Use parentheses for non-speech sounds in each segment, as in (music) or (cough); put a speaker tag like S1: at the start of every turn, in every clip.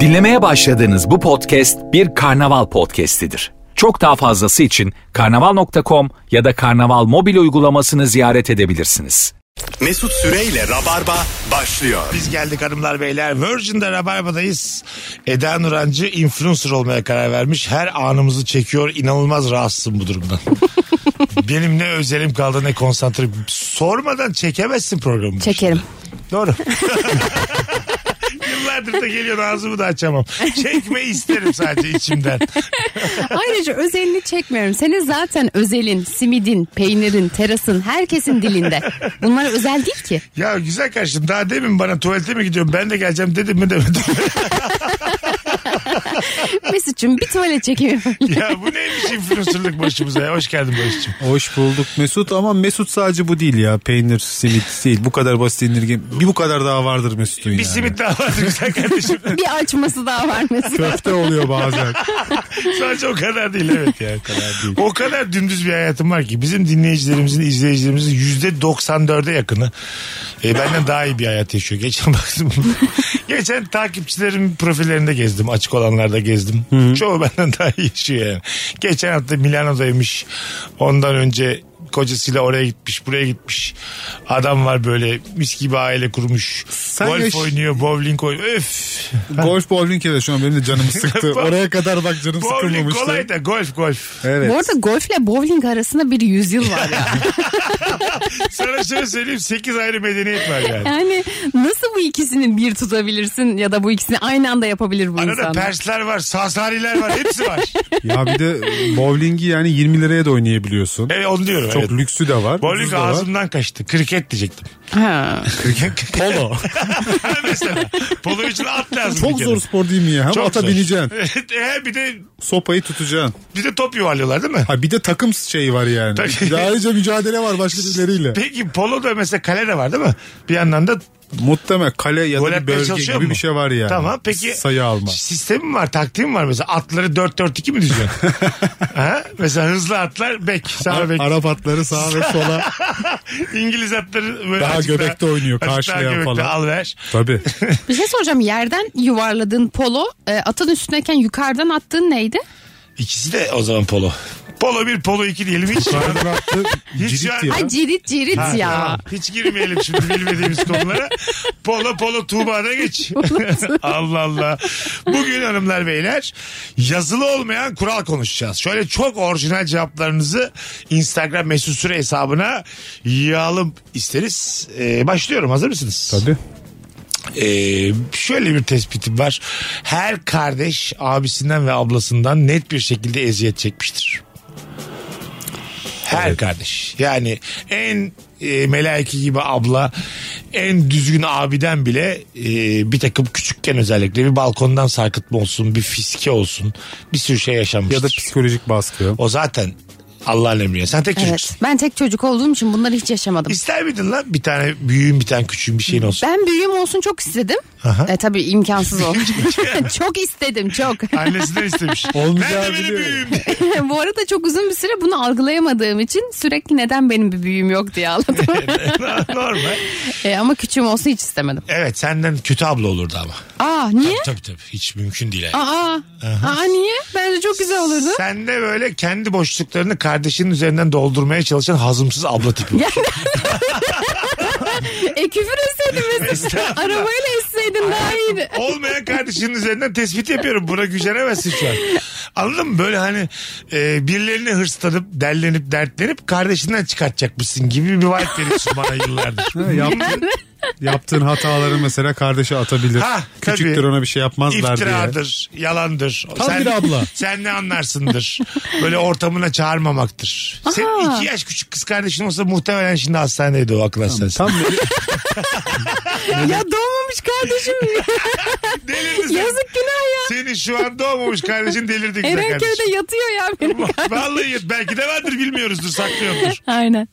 S1: Dinlemeye başladığınız bu podcast bir karnaval podcastidir. Çok daha fazlası için karnaval.com ya da karnaval mobil uygulamasını ziyaret edebilirsiniz.
S2: Mesut Süreyle Rabarba başlıyor.
S3: Biz geldik hanımlar beyler. Virgin'de Rabarba'dayız. Eda Nurancı influencer olmaya karar vermiş. Her anımızı çekiyor. İnanılmaz rahatsızım bu durumdan. Benim ne özelim kaldı ne konsantre. Sormadan çekemezsin programı.
S4: Çekerim.
S3: Doğru. (laughs) Yıllardır da geliyor ağzımı da açamam. Çekmeyi isterim sadece içimden.
S4: Ayrıca özelini çekmiyorum. Senin zaten özelin, simidin, peynirin, terasın, herkesin dilinde. Bunlar özel değil ki.
S3: Ya güzel kardeşim daha demin bana tuvalete mi gidiyorum ben de geleceğim dedim mi (laughs) demedim.
S4: Mesut'cum bir tuvalet çekeyim. (laughs)
S3: ya bu neymiş influencerlık başımıza ya. Hoş geldin Barış'cığım.
S5: Hoş bulduk Mesut ama Mesut sadece bu değil ya. Peynir, simit değil. Bu kadar basit indirgen. Bir bu kadar daha vardır Mesut'un yani.
S3: Bir simit daha vardı güzel kardeşim.
S4: bir açması daha var Mesut.
S5: Köfte oluyor bazen. (laughs)
S3: Sadece o kadar değil evet yani.
S5: kadar değil.
S3: O kadar dümdüz bir hayatım var ki bizim dinleyicilerimizin, izleyicilerimizin yüzde 94'e yakını e, benden daha iyi bir hayat yaşıyor. Geçen (laughs) baktım. Geçen takipçilerim profillerinde gezdim. Açık olanlarda gezdim. Çoğu benden daha iyi yaşıyor yani. Geçen hafta Milano'daymış. Ondan önce kocasıyla oraya gitmiş, buraya gitmiş. Adam var böyle mis gibi aile kurmuş.
S5: Sen
S3: Golf
S5: yaş-
S3: oynuyor, bowling oynuyor. Öf.
S5: Golf bowling de şu an benim de canımı sıktı. Oraya kadar bak canım
S3: Bowling
S5: sıkılmamıştı.
S3: kolay da golf golf.
S5: Evet.
S4: Bu arada golfle bowling arasında bir yüzyıl var
S3: (laughs)
S4: ya.
S3: Sana şöyle söyleyeyim 8 ayrı medeniyet var yani.
S4: Yani nasıl bu ikisini bir tutabilirsin ya da bu ikisini aynı anda yapabilir bu
S3: Arada
S4: insan?
S3: Persler var, Sasaniler var, hepsi var.
S5: Ya bir de bowlingi yani 20 liraya da oynayabiliyorsun.
S3: Evet onu diyorum.
S5: Çok
S3: evet.
S5: lüksü de var. ucuz
S3: Bowling
S5: da var.
S3: ağzımdan kaçtı. Kriket
S5: (laughs)
S3: diyecektim.
S4: Ha.
S5: Polo.
S3: Mesela polo için at lazım. bir
S5: (laughs) Çok
S3: kere.
S5: zor spor değil mi ya? Hem
S3: Çok
S5: ata
S3: zor.
S5: bineceksin.
S3: (laughs) Evet, e, bir de
S5: Sopayı tutacaksın.
S3: bir de top yuvarlıyorlar değil mi?
S5: Ha bir de takım şeyi var yani.
S3: Tabii.
S5: Daha önce mücadele
S3: (laughs)
S5: var başka birileriyle.
S3: Peki poloda mesela kale de var değil mi? Bir yandan da
S5: Muhtemel kale ya
S3: gol
S5: da bir
S3: atmaya
S5: bölge
S3: çalışıyor
S5: gibi
S3: mu?
S5: bir şey var yani.
S3: Tamam peki.
S5: Sayı alma.
S3: Sistemi mi var, taktiği mi var mesela? Atları 4-4-2 mi
S5: (laughs)
S3: düzüyorsun? ha? Mesela hızlı atlar bek, sağ bek.
S5: Arap atları sağa ve
S3: (laughs)
S5: sola.
S3: İngiliz atları böyle
S5: Daha
S3: açık
S5: göbekte oynuyor,
S3: açık daha
S5: karşılayan
S3: göbekte,
S5: falan.
S3: Al ver.
S5: Tabii.
S4: Bir şey soracağım. Yerden yuvarladığın polo e, atın üstündeyken yukarıdan attığın neydi?
S3: İkisi de o zaman polo. Polo bir polo iki diyelim hiç.
S5: Arap attı
S3: Hiç
S5: cirit
S3: ya-
S5: ya.
S4: Ay cirit cirit
S3: Ha,
S4: ya.
S3: tamam. Hiç girmeyelim şimdi bilmediğimiz konulara. Polo polo Tuğba'da geç. Allah Allah. Bugün hanımlar beyler yazılı olmayan kural konuşacağız. Şöyle çok orijinal cevaplarınızı Instagram mesut süre hesabına yığalım isteriz. Ee, başlıyorum hazır mısınız?
S5: Tabii.
S3: Ee, şöyle bir tespitim var. Her kardeş abisinden ve ablasından net bir şekilde eziyet çekmiştir. Her kardeş. Yani en e, melaiki gibi abla, en düzgün abiden bile e, bir takım küçükken özellikle bir balkondan sarkıtma olsun, bir fiske olsun, bir sürü şey yaşanmıştır.
S5: Ya da psikolojik baskı.
S3: O zaten Allah'ın emriyle. Sen tek
S4: Evet.
S3: çocuksun.
S4: Ben tek çocuk olduğum için bunları hiç yaşamadım.
S3: İster miydin lan bir tane büyüğün bir tane küçüğün bir şeyin olsun?
S4: Ben büyüğüm olsun çok istedim.
S3: Aha.
S4: E, tabii imkansız o.
S3: (laughs)
S4: (laughs) çok istedim çok.
S3: Annesinden istemiş.
S5: (laughs) Olmayacağı
S3: ben de benim
S5: biliyor.
S3: büyüğüm
S4: (laughs) Bu arada çok uzun bir süre bunu algılayamadığım için sürekli neden benim bir büyüğüm yok diye ağladım.
S3: (laughs) Normal.
S4: E, ama küçüğüm olsun hiç istemedim.
S3: Evet senden kötü abla olurdu ama.
S4: Aa niye?
S3: Tabii tabii hiç mümkün değil. yani.
S4: Aa, aa niye? Bence çok güzel
S3: (laughs)
S4: olurdu.
S3: Sen de böyle kendi boşluklarını kardeşinin üzerinden doldurmaya çalışan hazımsız abla
S4: (laughs)
S3: tipi. var.
S4: E küfür etseydin Mesut.
S3: Estağfurullah.
S4: Arabayla etseydin daha iyiydi.
S3: Olmayan kardeşinin üzerinden tespit yapıyorum. Buna gücenemezsin şu an. Anladın mı? Böyle hani e, birilerine hırslanıp, dellenip, dertlenip kardeşinden çıkartacakmışsın gibi bir vibe veriyorsun bana yıllardır.
S5: Ha, yaptın- yaptığın hataları mesela kardeşe atabilir.
S3: Ha, tabii.
S5: Küçüktür ona bir şey yapmazlar diye.
S3: İftiradır, yalandır.
S5: Tam bir abla.
S3: (laughs) Sen ne anlarsındır. Böyle ortamına çağırmamaktır. Senin iki yaş küçük kız kardeşin olsa muhtemelen şimdi hastanedeydi o akıl hastanesi.
S5: Tam böyle
S4: ya doğmamış
S3: (laughs)
S4: kardeşim.
S3: Delirdi sen.
S4: Yazık günah ya.
S3: Senin şu an doğmamış kardeşin delirdi güzel kardeşim.
S4: (laughs) Erenköy'de yatıyor ya benim.
S3: Vallahi yet- belki de vardır bilmiyoruzdur saklıyordur.
S4: (laughs) Aynen.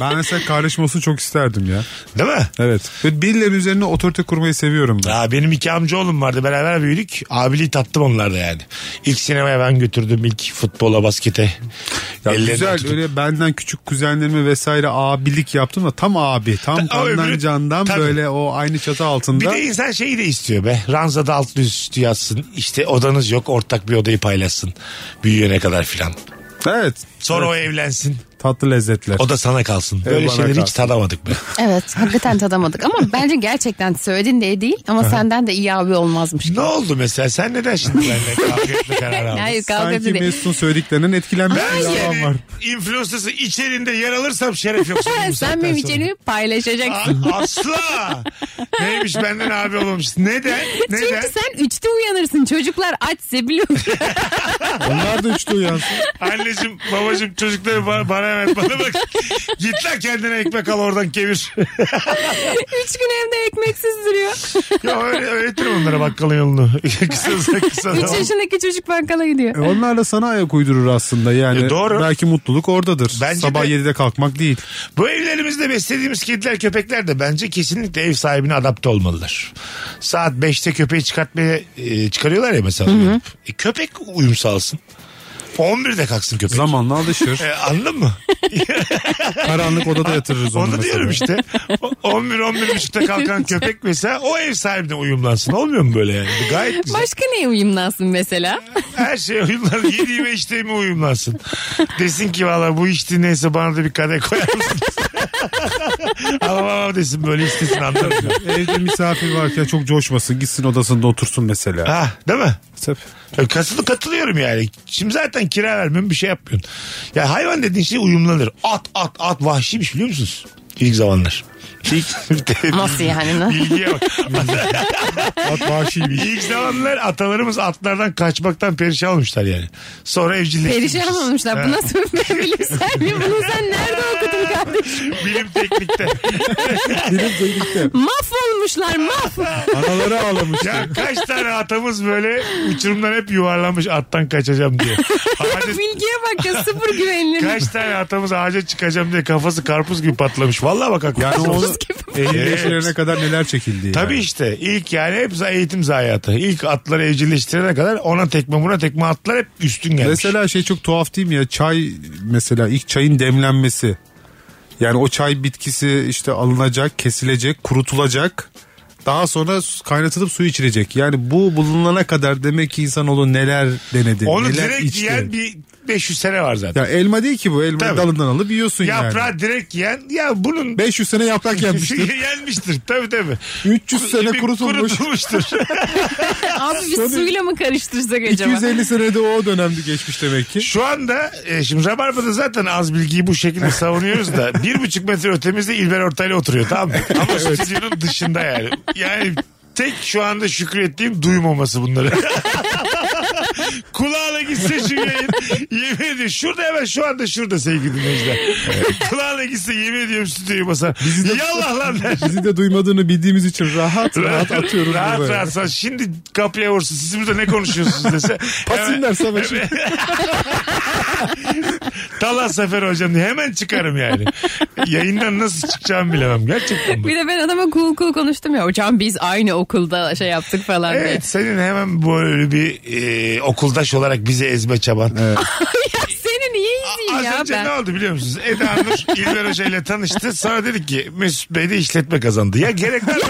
S5: ben mesela kardeşim olsun çok isterdim ya.
S3: Değil mi?
S5: Evet. Ve birilerinin üzerine otorite kurmayı seviyorum ben.
S3: Ya benim iki amca oğlum vardı beraber büyüdük. Abiliği tattım onlarda yani. İlk sinemaya ben götürdüm ilk futbola baskete.
S5: Ya
S3: Ellerinden
S5: güzel
S3: tutup-
S5: öyle benden küçük kuzenlerime vesaire abilik yaptım da tam abi tam
S3: Ta- o
S5: kandan
S3: öbürü-
S5: candan
S3: Tabii.
S5: böyle o aynı çatı
S3: Bir
S5: altında.
S3: de insan şeyi de istiyor be. Ranzada altlı üstü yatsın. İşte odanız yok ortak bir odayı paylaşsın. Büyüyene kadar filan.
S5: Evet.
S3: Sonra o evlensin.
S5: Tatlı lezzetler.
S3: O da sana kalsın. Böyle
S5: bana
S3: şeyleri hiç
S5: kalsın. (laughs)
S3: tadamadık be.
S4: Evet hakikaten tadamadık ama bence gerçekten söylediğin de iyi değil ama senden de iyi abi olmazmış.
S3: ne oldu mesela? Sen neden şimdi benimle kavga etme kararı aldın?
S4: Hayır kavga
S5: Sanki
S4: dedi.
S5: Mesut'un söylediklerinden etkilenmiş
S3: Ben
S5: bir adam var.
S3: senin influencer'sı içerinde yer alırsam şeref
S4: (laughs)
S3: yok. senin bu saatten
S4: Sen benim
S3: sonra.
S4: içeriğimi
S3: Aa,
S4: paylaşacaksın.
S3: Asla. Neymiş benden abi olmamış. Neden? Neden?
S4: (laughs) Çünkü sen üçte uyanırsın çocuklar açse biliyorsun.
S3: (laughs)
S5: Onlar da üçlü uyansın.
S3: Anneciğim babacığım çocukları bana, bana ver bana
S4: (laughs)
S3: bak. Git lan kendine ekmek al oradan kevir.
S4: Üç gün evde ekmeksiz duruyor.
S3: ya öyle, öğretir onlara bakkalın yolunu. (laughs) kısa kısa.
S4: Üç yaşındaki çocuk bakkala gidiyor.
S5: E onlar da sana ayak uydurur aslında yani.
S3: E doğru.
S5: Belki mutluluk oradadır.
S3: Bence
S5: Sabah
S3: de.
S5: 7'de kalkmak değil.
S3: Bu evlerimizde beslediğimiz kediler köpekler de bence kesinlikle ev sahibine adapte olmalılar. Saat 5'te köpeği çıkartmaya e, çıkarıyorlar ya mesela. E, köpek uyum sağlasın. 11'de kalksın köpek. (laughs)
S5: Zamanla alışır.
S3: E, anladın mı?
S5: Karanlık odada yatırırız onu.
S3: Onu
S5: mesela.
S3: diyorum işte. O- 11 11.30'da kalkan köpek mesela o ev sahibine uyumlansın. Olmuyor mu böyle yani? Bu Gayet güzel.
S4: Başka neye uyumlansın mesela?
S3: Her şey uyumlansın. Yediğime içtiğime uyumlansın. Desin ki valla bu içti neyse bana da bir kadeh koyar mısınız? (laughs) Ama baba desin böyle istesin anladın mı?
S5: Evde misafir varken çok coşmasın. Gitsin odasında otursun mesela.
S3: Ha değil mi?
S5: Tabii.
S3: Ya Kasılı katılıyorum yani. Şimdi zaten kira vermiyorum bir şey yapmıyorsun. Ya hayvan dediğin şey uyumlanır. At at at vahşiymiş biliyor musunuz? İlk zamanlar. (laughs)
S4: Nasıl yani?
S3: Bilgiye bak.
S5: At vahşi bir
S3: İlk zamanlar atalarımız atlardan kaçmaktan perişan olmuşlar yani. Sonra evcilleştirmişiz.
S4: Perişan olmuşlar. Bu
S3: Ha,
S4: nasıl bir bilimsel bir bunu sen nerede
S3: (laughs)
S4: okudun kardeşim?
S3: Bilim teknikte.
S4: Mahvolmuşlar mahv.
S5: Anaları ağlamış.
S3: ya kaç tane atamız böyle uçurumdan hep yuvarlanmış attan kaçacağım diye. Ağaca,
S4: Bilgiye bak ya sıfır güvenilir.
S3: kaç tane atamız ağaca çıkacağım diye kafası karpuz gibi patlamış. Vallahi bak aklıma.
S5: Yani onu elli
S3: Evet.
S5: yaşlarına kadar neler çekildi. yani.
S3: Tabii işte ilk yani hep eğitim zayiatı. İlk atları evcilleştirene kadar ona tekme buna tekme atlar hep üstün gelmiş.
S5: Mesela şey çok tuhaf değil mi ya çay mesela ilk çayın demlenmesi. Yani o çay bitkisi işte alınacak, kesilecek, kurutulacak. Daha sonra su- kaynatılıp su içilecek. Yani bu bulunana kadar demek ki insanoğlu neler denedi,
S3: onu
S5: neler
S3: direkt
S5: içti.
S3: yiyen bir 500 sene var zaten.
S5: Ya elma değil ki bu. Elmayı
S3: Tabii.
S5: dalından alıp yiyorsun
S3: Yaprağı
S5: yani.
S3: direkt yiyen ya bunun (laughs)
S5: 500 sene yaprak yenmiştir.
S3: Yenmiştir tabii tabii.
S5: 300 sene
S3: Bir
S5: kurutulmuş. (laughs)
S3: kurutulmuştur.
S4: (laughs) Abi biz suyla mı karıştırsak acaba?
S5: 250 senede o dönemde geçmiş demek ki.
S3: Şu anda e, şimdi Rabarba'da zaten az bilgiyi bu şekilde savunuyoruz da bir buçuk metre ötemizde İlber Ortaylı oturuyor tamam mı? Ama stüdyonun dışında yani. Yani tek şu anda şükür ettiğim duymaması bunları. (laughs) Kulağına gitse şu yayın. Yemin ediyorum. Şurada hemen şu anda şurada sevgili dinleyiciler. Kulağına gitse yemin ediyorum stüdyoyu basar. Yallah lan der.
S5: Bizi de duymadığını bildiğimiz için
S3: (laughs)
S5: rahat rahat atıyoruz.
S3: Rahat
S5: bunu.
S3: rahat. Sen Şimdi kapıya vursun. Siz burada ne konuşuyorsunuz dese. hemen-
S5: Pasinler savaşı.
S3: Talas Sefer hocam diye hemen çıkarım yani. Yayından nasıl çıkacağımı bilemem. Gerçekten bu.
S4: Bir de ben adama cool cool konuştum ya hocam biz aynı okulda şey yaptık falan diye.
S3: Evet senin hemen böyle bir e, okuldaş olarak bize ezme çaban.
S4: Seni niye
S3: Az
S4: izleyeyim ya
S3: önce ne
S4: ben?
S3: oldu biliyor musunuz? Eda Nur İlber Hoca ile tanıştı. Sonra dedik ki Mesut Bey de işletme kazandı. Ya gerek var mı?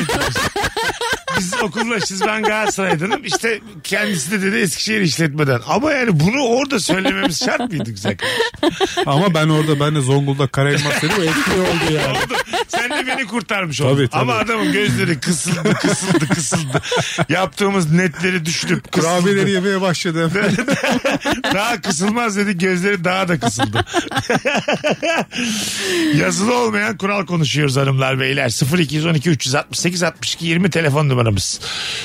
S3: Biz okullaşız ben Galatasaray'danım. İşte kendisi de dedi Eskişehir işletmeden. Ama yani bunu orada söylememiz şart mıydı güzel kardeşim?
S5: Ama ben orada ben de Zonguldak Karayelmaz seni
S3: (laughs)
S5: etkili oldu yani.
S3: Sen de beni kurtarmış oldun.
S5: Tabii, tabii.
S3: Ama adamın gözleri kısıldı, kısıldı, kısıldı. Yaptığımız netleri düşünüp kısıldı.
S5: Kurabiyeleri yemeye başladım.
S3: daha kısılmaz dedi gözleri daha da kısıldı. Yazılı olmayan kural konuşuyoruz hanımlar beyler. 0212 368 62 20 telefon numaramız.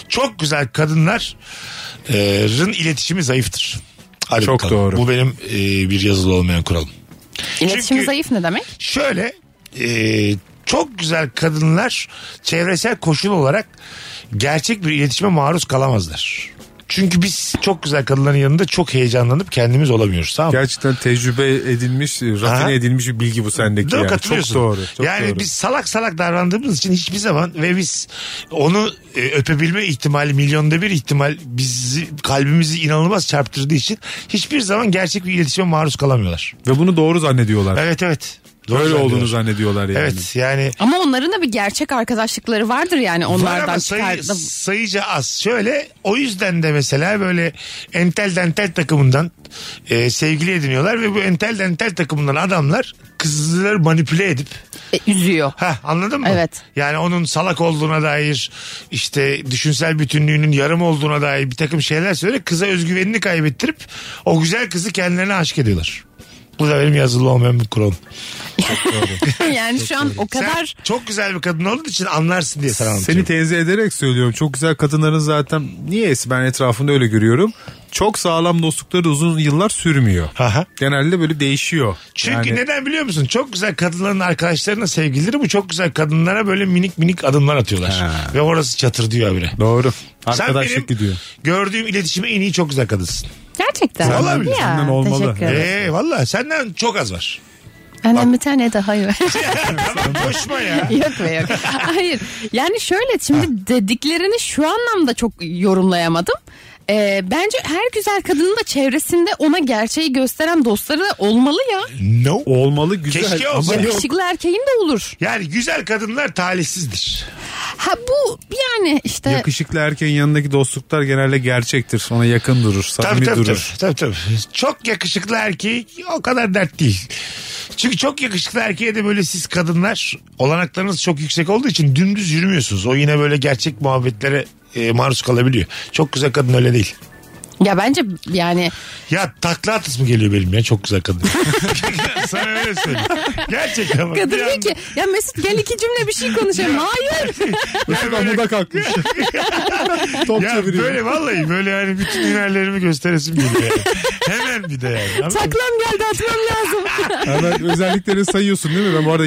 S3: Çok güzel kadınların iletişimi zayıftır. Hadi
S5: Çok
S3: bakalım.
S5: doğru.
S3: Bu benim e, bir yazılı olmayan kuralım.
S4: İletişim
S3: Çünkü-
S4: zayıf ne demek?
S3: Şöyle e, çok güzel kadınlar çevresel koşul olarak gerçek bir iletişime maruz kalamazlar. Çünkü biz çok güzel kadınların yanında çok heyecanlanıp kendimiz olamıyoruz tamam mı?
S5: Gerçekten tecrübe edilmiş,
S3: Aha.
S5: rafine edilmiş bir bilgi bu sendeki.
S3: Doğru
S5: yani. Çok
S3: katılıyorsun.
S5: doğru. Çok
S3: yani
S5: doğru.
S3: biz salak salak davrandığımız için hiçbir zaman ve biz onu e, öpebilme ihtimali milyonda bir ihtimal bizi kalbimizi inanılmaz çarptırdığı için hiçbir zaman gerçek bir iletişime maruz kalamıyorlar.
S5: Ve bunu doğru zannediyorlar.
S3: Evet evet. Doğru
S5: Böyle
S3: söylüyorsun.
S5: olduğunu zannediyorlar yani.
S3: Evet yani
S4: Ama onların da bir gerçek arkadaşlıkları vardır yani
S3: Var
S4: onlardan
S3: ama sayı,
S4: çıkar.
S3: sayıca az. Şöyle o yüzden de mesela böyle entel dentel takımından e, sevgili ediniyorlar ve bu entel dentel takımından adamlar kızları manipüle edip
S4: E,
S3: (laughs)
S4: üzüyor.
S3: ha anladın mı?
S4: Evet.
S3: Yani onun salak olduğuna dair işte düşünsel bütünlüğünün yarım olduğuna dair bir takım şeyler söyle kıza özgüvenini kaybettirip o güzel kızı kendilerine aşık ediyorlar. Bu da benim yazılı olmayan bir kuralım.
S4: yani şu an o
S3: Sen
S4: kadar
S3: çok güzel bir kadın olduğun için anlarsın diye sana anlatıyorum.
S5: Seni tenzih ederek söylüyorum. Çok güzel kadınların zaten niyeyse ben etrafında öyle görüyorum. Çok sağlam dostlukları da uzun yıllar sürmüyor.
S3: Aha.
S5: Genelde böyle değişiyor.
S3: Çünkü
S5: Yani
S3: neden biliyor musun? Çok güzel kadınların arkadaşlarına sevgilileri bu çok güzel kadınlara böyle minik minik adımlar atıyorlar. Ve orası çatır diyor bile.
S5: Doğru.
S3: Sen
S5: Arkadaşlık
S3: benim
S5: gidiyor.
S3: Gördüğüm iletişime en iyi çok güzel kadınsın.
S4: gerçekten.
S3: Vallahi
S4: Ya,
S5: senden olmalı.
S4: Teşekkür ederim.
S3: Ee, valla senden çok az
S5: (laughs)
S3: var. Ee,
S4: Annem bir tane
S3: (laughs)
S4: daha yok.
S3: Tamam koşma ya.
S4: yok be yok. Hayır. Yani şöyle şimdi dediklerini şu anlamda çok yorumlayamadım. Ee, bence her güzel kadının da çevresinde ona gerçeği gösteren dostları da olmalı ya.
S3: No.
S5: Olmalı güzel
S3: Keşke olsa.
S5: ama yok.
S4: Yakışıklı erkeğin de olur.
S3: Yani güzel kadınlar talihsizdir.
S4: Ha bu yani işte
S5: Yakışıklı erkeğin yanındaki dostluklar genelde gerçektir. Ona yakın durur,
S3: Tabii
S5: samimi
S3: tabii, tabii
S5: durur.
S3: tabii tabii. Çok yakışıklı erkeği o kadar dert değil. Çünkü çok yakışıklı erkeğe de böyle siz kadınlar olanaklarınız çok yüksek olduğu için dümdüz yürümüyorsunuz. O yine böyle gerçek muhabbetlere e, maruz kalabiliyor. Çok güzel kadın öyle değil.
S4: ya bence yani
S3: Ya takla atası mı geliyor benim ya çok güzel kadın. (laughs) Sana öyle söyleyeyim. Gerçekten bak.
S4: kadın
S3: Bir
S4: diyor
S3: an-
S4: ki ya Mesut gel iki cümle bir
S3: (laughs)
S4: şey konuşalım. Hayır.
S5: Mesut amuda kalkmış. Top
S3: Ya
S5: çeviriyor.
S3: böyle vallahi böyle yani bütün hünerlerimi gösteresim geliyor. yani. Hemen bir de yani. Anladın mı?
S4: Taklam geldi atmam
S3: (laughs)
S4: lazım.
S5: Hemen özellikleri sayıyorsun değil mi? Ben bu arada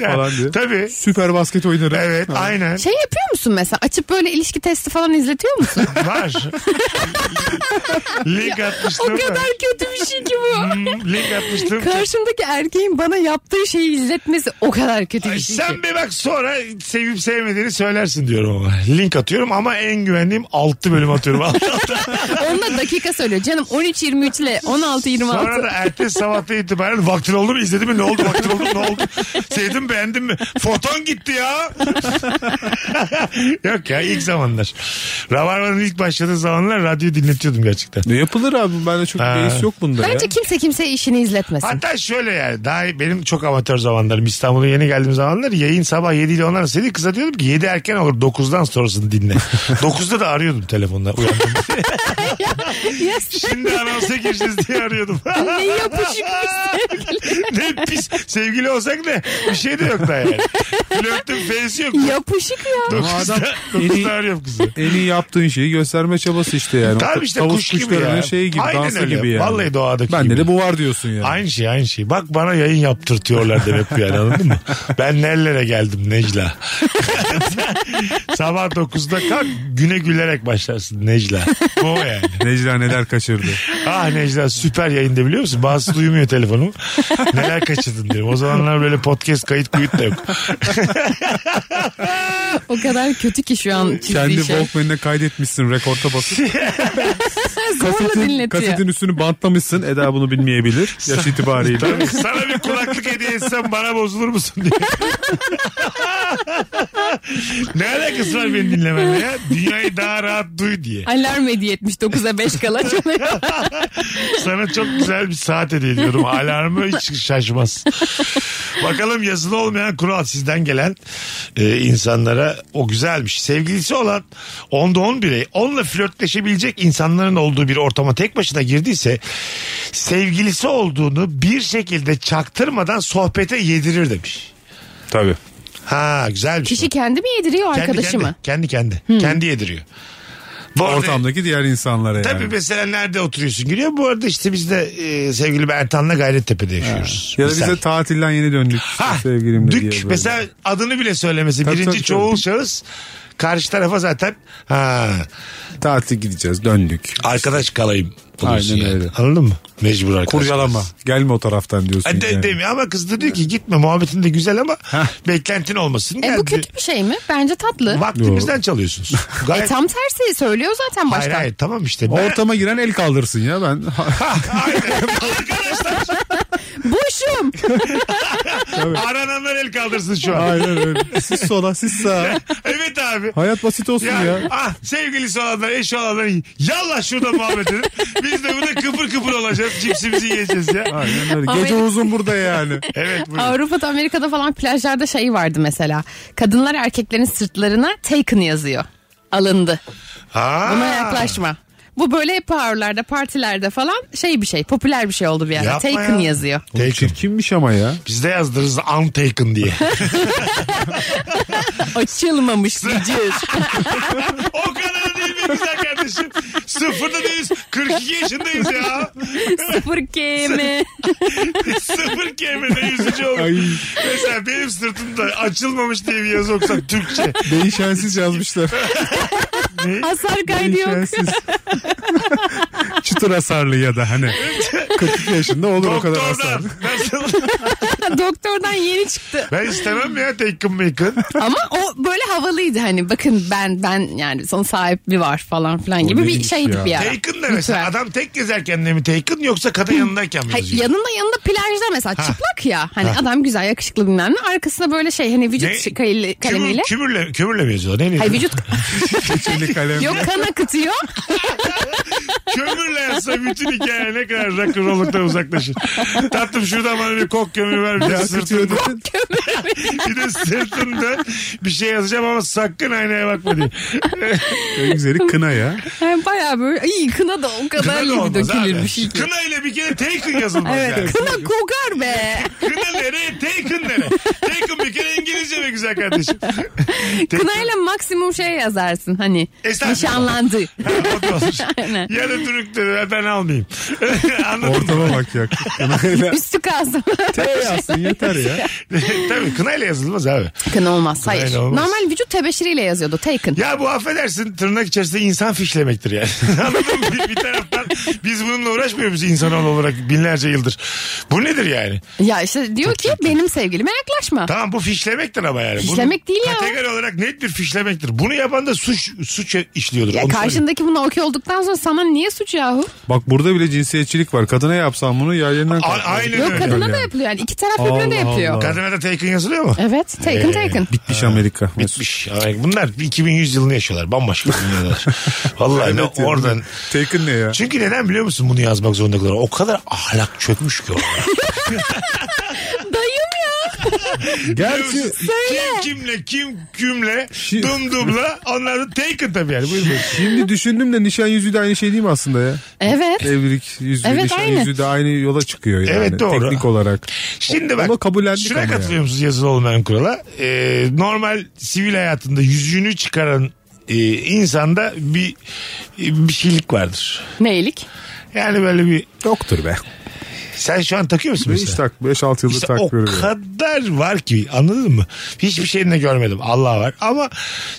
S3: (laughs) Ya,
S5: falan
S4: (laughs)
S5: diye.
S3: Tabii.
S5: Süper basket oynarım.
S3: Evet
S5: Ha.
S3: aynen.
S4: Şey yapıyor musun mesela açıp böyle ilişki testi falan izletiyor musun?
S3: (laughs) Var. Link
S4: o
S3: atmıştım.
S4: kadar kötü bir şey ki
S3: (laughs)
S4: bu.
S3: Hmm, link atmıştım.
S4: Karşımdaki erkeğin bana yaptığı şeyi izletmesi o kadar kötü bir
S3: Ay,
S4: şey.
S3: Sen
S4: ki.
S3: bir bak sonra sevip sevmediğini söylersin diyorum ama. Link atıyorum ama en güvendiğim 6 bölüm
S4: (laughs)
S3: atıyorum. Altı, altı.
S4: Onunla dakika söylüyor. Canım 13-23 ile 16-26.
S3: sonra da ertesi sabahta itibaren vaktin oldu mu izledim mi ne oldu vaktin oldu mu ne oldu sevdim beğendim mi foton gitti ya (laughs) yok ya ilk zamanlar Ravarvan'ın ilk başladığı zamanlar radyo dinletiyordum gerçekten
S5: Ne yapılır abi? Bende çok
S3: Ha.
S5: reis yok bunda ya.
S4: Bence kimse kimseye işini izletmesin.
S3: Hatta şöyle yani daha benim çok amatör zamanlarım İstanbul'a yeni geldiğim zamanlar yayın sabah 7 ile 10 arasıydı. Kıza diyordum ki 7 erken olur 9'dan sonrasını
S4: (laughs)
S3: dinle. 9'da da arıyordum telefonla uyandım.
S4: Yes.
S3: Şimdi anonsa gireceğiz diye arıyordum.
S4: ne yapışık bir sevgili.
S3: (laughs) ne pis sevgili olsak ne bir şey de yok daha yani. Flörtün feysi yok.
S4: Yapışık ya.
S3: 9'da,
S5: Adam-
S3: 9'da arıyorum kızı.
S5: En iyi yaptığın şeyi gösterme çabası işte yani.
S3: Tabii işte
S5: Tavus
S3: kuş gibi
S5: kuşlarının
S3: ya.
S5: şeyi gibi,
S3: Aynen
S5: dansı
S3: öyle.
S5: gibi yani.
S3: Vallahi doğadaki
S5: Bende
S3: gibi.
S5: de bu var diyorsun yani.
S3: Aynı şey aynı şey. Bak bana yayın yaptırtıyorlar demek bu yani anladın mı? Ben nerelere geldim Necla. (laughs) Sabah 9'da kalk güne gülerek başlarsın Necla. Bu o yani.
S5: Necla neler kaçırdı.
S3: Ah Necla süper yayında biliyor musun? Bazısı duymuyor telefonumu. Neler kaçırdın diyorum. O zamanlar böyle podcast kayıt kuyut da yok.
S4: O kadar kötü ki şu an çizdiği
S5: Kendi
S4: şey.
S5: Walkman'ine kaydetmişsin rekorta basıp.
S4: Zorla
S5: kasetin,
S4: dinletiyor.
S5: kasetin üstünü bantlamışsın. Eda bunu bilmeyebilir.
S3: (laughs)
S5: Yaş itibariyle.
S3: Tabii sana bir kulaklık hediye etsem bana bozulur musun diye. (laughs) ne alakası var beni dinlemenle ya? Dünyayı daha rahat duy diye.
S4: Alarm hediye etmiş 9'a 5
S3: (laughs)
S4: kala çalıyor.
S3: Sana çok güzel bir saat hediye ediyorum. Alarmı hiç şaşmaz. Bakalım yazılı olmayan kural sizden gelen e, insanlara o güzelmiş. Sevgilisi olan onda 10 birey onunla flörtleşebilecek insanların olduğu bir ortama tek başına girdiyse sevgilisi olduğunu bir şekilde çaktırmadan sohbete yedirir demiş.
S5: Tabii.
S3: Ha güzelmiş.
S4: Kişi kendi mi yediriyor
S3: Kendi,
S4: arkadaşı
S3: kendi,
S4: mı? Hmm.
S3: Kendi kendi. Kendi yediriyor. Bu arada-
S5: Ortamdaki diğer insanlara
S3: Tabii
S5: yani.
S3: mesela nerede oturuyorsun gülüyor. Bu arada işte biz de e, sevgili bir Ertan'la Gayrettepe'de yaşıyoruz.
S5: Ya da
S3: Misal.
S5: bize tatilden yeni döndük
S3: Ha,
S5: sevgilimle
S3: Dük
S5: diye böyle.
S3: mesela adını bile söylemesi
S5: Tabii,
S3: birinci
S5: tabii,
S3: çoğul
S5: tabii.
S3: şahıs Karşı tarafa zaten ha,
S5: Tatil gideceğiz döndük.
S3: arkadaş kalayım. oluyorsun
S5: Aynen
S3: yani.
S5: öyle.
S3: Anladın mı? Mecbur arkadaş.
S5: Kuryalama.
S3: kalasın.
S5: Gelme o taraftan diyorsun.
S3: Ha, E, de-
S5: yani.
S3: demiyor ama kız da diyor ki gitme muhabbetin de güzel ama beklentin olmasın.
S4: E,
S3: Geldi.
S4: bu kötü bir şey mi? Bence tatlı.
S3: Vaktimizden
S5: (laughs)
S3: çalıyorsunuz.
S4: E,
S3: Gayet
S4: tam tersi söylüyor zaten
S3: Hayır
S4: baştan.
S3: hayır tamam işte. Ben-
S5: Ortama giren el kaldırsın ya ben. (laughs)
S4: Boşum.
S3: Arananlar el kaldırsın şu an.
S5: Aynen öyle. Siz sola siz sağa.
S3: evet abi.
S5: Hayat basit olsun
S3: Ya,
S5: ya.
S3: Ah, sevgilisi olanlar, eşi olanlar yallah şurada muhabbet edin. Biz de burada kıpır kıpır olacağız. Cipsimizi yiyeceğiz ya.
S5: Aynen öyle.
S4: Abi-
S5: Gece uzun burada yani.
S3: Evet buyurun.
S4: Avrupa'da Amerika'da falan plajlarda şey vardı mesela. Kadınlar erkeklerin sırtlarına taken yazıyor. Alındı.
S3: Ha.
S4: Buna yaklaşma. Bu böyle hep ağırlarda partilerde falan şey bir şey popüler bir şey oldu bir ara.
S3: Yapma
S4: Taken
S3: ya.
S4: yazıyor.
S5: Oğlum Çirkinmiş ama ya.
S3: Biz de yazdırırız untaken
S5: (laughs)
S3: diye.
S4: Açılmamış gıcır.
S3: o kadar değil mi güzel kardeşim? Sıfırda değiliz. 42 yaşındayız ya.
S4: Sıfır mi?
S3: Sıfır kemede yüzücü olur. Mesela benim sırtımda açılmamış diye bir yazı okusam Türkçe.
S5: Değişensiz yazmışlar.
S4: (laughs) Hasar kaydı yok.
S5: Değişensiz. (laughs) Çıtır hasarlı ya da hani. 40 yaşında olur o kadar hasar.
S3: Doktordan. Nasıl?
S4: (laughs) Doktordan yeni çıktı.
S3: Ben istemem ya taken make'ın.
S4: Ama o böyle havalıydı hani bakın ben ben yani son sahibi var falan filan gibi bir
S5: neymiş
S4: şeydi
S5: ya?
S4: bir ara.
S3: Taken de mesela
S4: Lütfen.
S3: adam tek gezerken de mi taken yoksa kata yanındayken mi
S4: Hayır,
S3: yazıyor?
S4: yanında yanında plajda mesela çıplak ya hani adam güzel yakışıklı bilmem ne arkasına böyle şey hani vücut
S3: Ne?
S4: şey- kale- kalemiyle
S3: Kümür, kümürle, kümürle mi yazıyor? Neyle?
S4: Hayır vücut (laughs)
S5: Çirkinlik kalem.
S4: yok kan
S3: (laughs)
S4: akıtıyor.
S3: Kömürle yazsa bütün hikaye ne kadar rock'n'roll'luktan uzaklaşır. Tatlım şuradan bana bir kok kömürü ver. Bir de, sırtın,
S5: Akıtıyor dedin.
S3: (laughs) bir de sırtın dön. Bir şey yazacağım ama sakın aynaya bakma diye.
S5: En güzeli kına ya.
S4: Yani Baya böyle iyi kına da o kadar
S3: Kına da
S4: iyi
S3: olmaz
S4: dökülür bir
S3: abi.
S4: şey. ki.
S3: Kına ile bir kere taken yazılmaz yani.
S4: Evet kına kokar be.
S3: Kına nereye taken nereye? Taken bir kere İngilizce mi güzel kardeşim?
S4: Kınayla maksimum şey yazarsın hani
S3: Estağfurullah.
S4: nişanlandı.
S3: Ha, o da
S4: (laughs)
S3: olur. ya da Türkleri ben almayayım. (laughs) Anladın mı?
S5: Ortama bak ya. Kınayla.
S4: Üstü kalsın. (laughs)
S5: T yazsın yeter ya.
S3: (laughs) Tabii kınayla yazılmaz abi.
S4: Kına olmaz hayır.
S3: Kınayla olmaz.
S4: Normal vücut tebeşiriyle yazıyordu taken.
S3: Ya bu affedersin tırnak içerisinde insan fişlemektir yani. (laughs) Anladın mı? Bir, bir taraftan biz bununla uğraşmıyor muyuz insanoğlu olarak binlerce yıldır. Bu nedir yani?
S4: Ya işte diyor ki benim sevgilime yaklaşma.
S3: Tamam bu fişlemektir ama yani. Bunu
S4: Fişlemek değil ya o.
S3: Kategori olarak net bir fişlemektir. Bunu yapan da suç suç işliyordur.
S4: Ya
S3: Onu söyleyeyim.
S4: karşındaki buna okey olduktan sonra sana niye suç yahu?
S5: Bak burada bile cinsiyetçilik var. Kadına yapsam bunu yerlerinden
S3: A-
S5: kalkar.
S3: aynen
S4: Yok
S3: öyle.
S4: kadına
S5: yani.
S4: da yapılıyor yani iki taraf
S5: Allah
S4: birbirine de yapıyor.
S5: Allah.
S3: Kadına da taken yazılıyor mu?
S4: Evet taken taken.
S5: Bitmiş Amerika. Mesut.
S3: Bitmiş. Ay, Bunlar 2100 yılını yaşıyorlar. Bambaşka
S5: (laughs)
S3: dünyalar. Vallahi ne,
S5: Evet ya.
S3: oradan
S5: Taken ne ya?
S3: Çünkü neden biliyor musun bunu yazmak zorunda kadar? O kadar ahlak çökmüş ki (laughs) orada.
S4: Dayım ya.
S5: Gerçi
S3: Kim kimle kim kümle
S5: Şi-
S3: dum dumla onlar da taken tabii yani. Buyurun.
S5: şimdi düşündüm de nişan yüzüğü de aynı şey değil mi aslında ya?
S4: Evet.
S5: Evlilik yüzüğü,
S4: Evet,
S5: nişan
S4: aynı.
S5: yüzüğü de aynı yola çıkıyor yani.
S3: Evet, doğru.
S5: Teknik olarak.
S3: Şimdi bak
S5: Ama kabullendik
S3: şuna
S5: ama
S3: katılıyor musunuz yazılı olmayan kurala? Ee, normal sivil hayatında yüzüğünü çıkaran e, insanda bir bir şeylik vardır.
S4: Neylik?
S3: Yani böyle bir
S5: Yoktur be.
S3: sen şu an takıyor musun
S5: Ben
S3: mesela?
S5: hiç tak 5-6 yıldır
S3: İşte o
S5: takmıyorum. yani.
S3: kadar var ki anladın mı? Hiçbir şeyini de görmedim. Allah var. Ama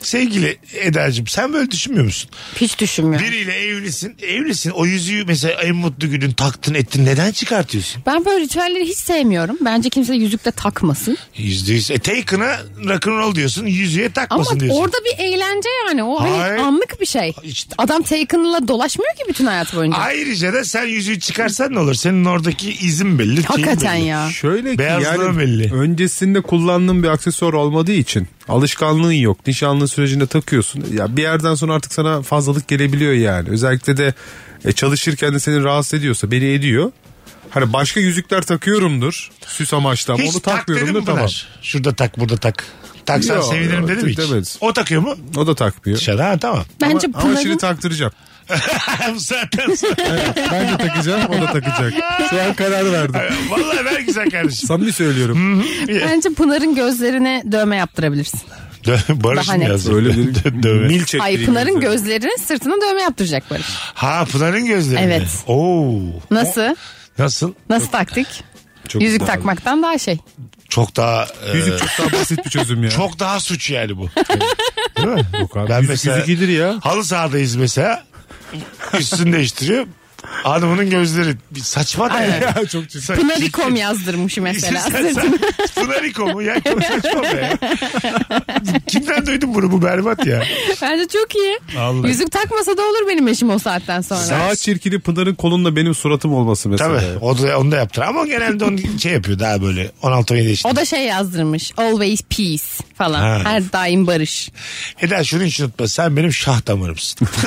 S3: sevgili Eda'cığım sen böyle düşünmüyor musun?
S4: Hiç düşünmüyorum.
S3: Biriyle evlisin. Evlisin. O yüzüğü mesela en mutlu günün taktın ettin. Neden çıkartıyorsun?
S4: Ben böyle ritüelleri hiç sevmiyorum. Bence kimse yüzük de takmasın.
S3: Yüzde yüz. E taken'a rock'n'roll diyorsun. Yüzüğe
S4: Ama
S3: takmasın diyorsun.
S4: orada bir eğlence yani. O hani
S3: Hayır.
S4: anlık bir şey.
S3: İşte-
S4: Adam Taken'la dolaşmıyor ki bütün hayatı boyunca.
S3: Ayrıca da sen yüzüğü çıkarsan ne olur? Senin oradaki izin belli. şeyin
S4: Hakikaten
S3: belli.
S4: ya.
S5: Şöyle ki
S3: Beyazlığı
S5: yani
S3: belli.
S5: öncesinde kullandığın bir aksesuar olmadığı için alışkanlığın yok. Nişanlığın sürecinde takıyorsun. Ya bir yerden sonra artık sana fazlalık gelebiliyor yani. Özellikle de e, çalışırken de seni rahatsız ediyorsa beni ediyor. Hani başka yüzükler takıyorumdur süs amaçlı ama
S3: Hiç
S5: onu
S3: tak dedim
S5: takmıyorumdur
S3: mi
S5: tamam.
S3: Pınar? Şurada tak burada tak. Taksan
S5: Yok,
S3: sevinirim
S5: yok,
S3: dedim hiç.
S5: demediniz.
S3: O takıyor mu?
S5: O da takmıyor.
S3: Dışarıda ha
S5: (laughs)
S3: tamam. (laughs)
S4: Bence
S5: ama, ama
S4: Pınar'ın
S5: şimdi taktıracağım.
S3: Bu saatten sonra.
S5: Ben de takacağım o
S4: (laughs)
S5: da takacak. Şu an karar verdim.
S3: Vallahi ver güzel kardeşim.
S5: (laughs) Samimi
S3: Hmm.
S5: söylüyorum.
S4: bence Pınar'ın gözlerine dövme yaptırabilirsin.
S3: Dö- Barış
S4: Daha
S3: mı
S4: net.
S3: yazdı?
S5: Öyle
S3: (laughs)
S5: bir
S3: Dö- dövme.
S5: mil çektiğim
S4: Ay Pınar'ın
S5: gibi.
S4: gözlerine sırtına dövme yaptıracak Barış.
S3: Ha Pınar'ın gözleri.
S4: Evet.
S3: Oo.
S4: Nasıl?
S3: Nasıl?
S4: Nasıl taktik?
S5: Çok
S4: Yüzük
S5: güzel.
S4: takmaktan daha şey.
S3: Çok daha e,
S5: Yüzük çok daha basit bir çözüm ya.
S3: çok daha suç yani (laughs) bu. Değil mi?
S5: Yok abi,
S3: Ben
S5: yüzük,
S3: mesela-
S5: yüzük iyidir ya.
S3: Halı sahadayız mesela. Üstünü değiştiriyor. Hanımının gözleri bir saçma da yani.
S5: Ya çok ciddi.
S3: (laughs)
S4: Pınarikom yazdırmış mesela.
S3: Sen- sen- Pınariko mu? Ya çok saçma be. Kimden duydun bunu? Bu berbat ya.
S4: Bence çok iyi.
S3: Vallahi.
S4: Yüzük takmasa da olur benim eşim o saatten sonra.
S5: Daha çirkini Pınar'ın kolunla benim suratım olması mesela.
S3: Tabii. O da, onu da yaptır. Ama genelde onu şey yapıyor daha böyle 16-17 yaşında.
S4: O da şey yazdırmış. Always peace falan.
S3: Ha.
S4: Her
S3: (laughs)
S4: daim barış.
S3: Eda E şunu hiç unutma. Sen benim şah damarımsın.
S4: (laughs)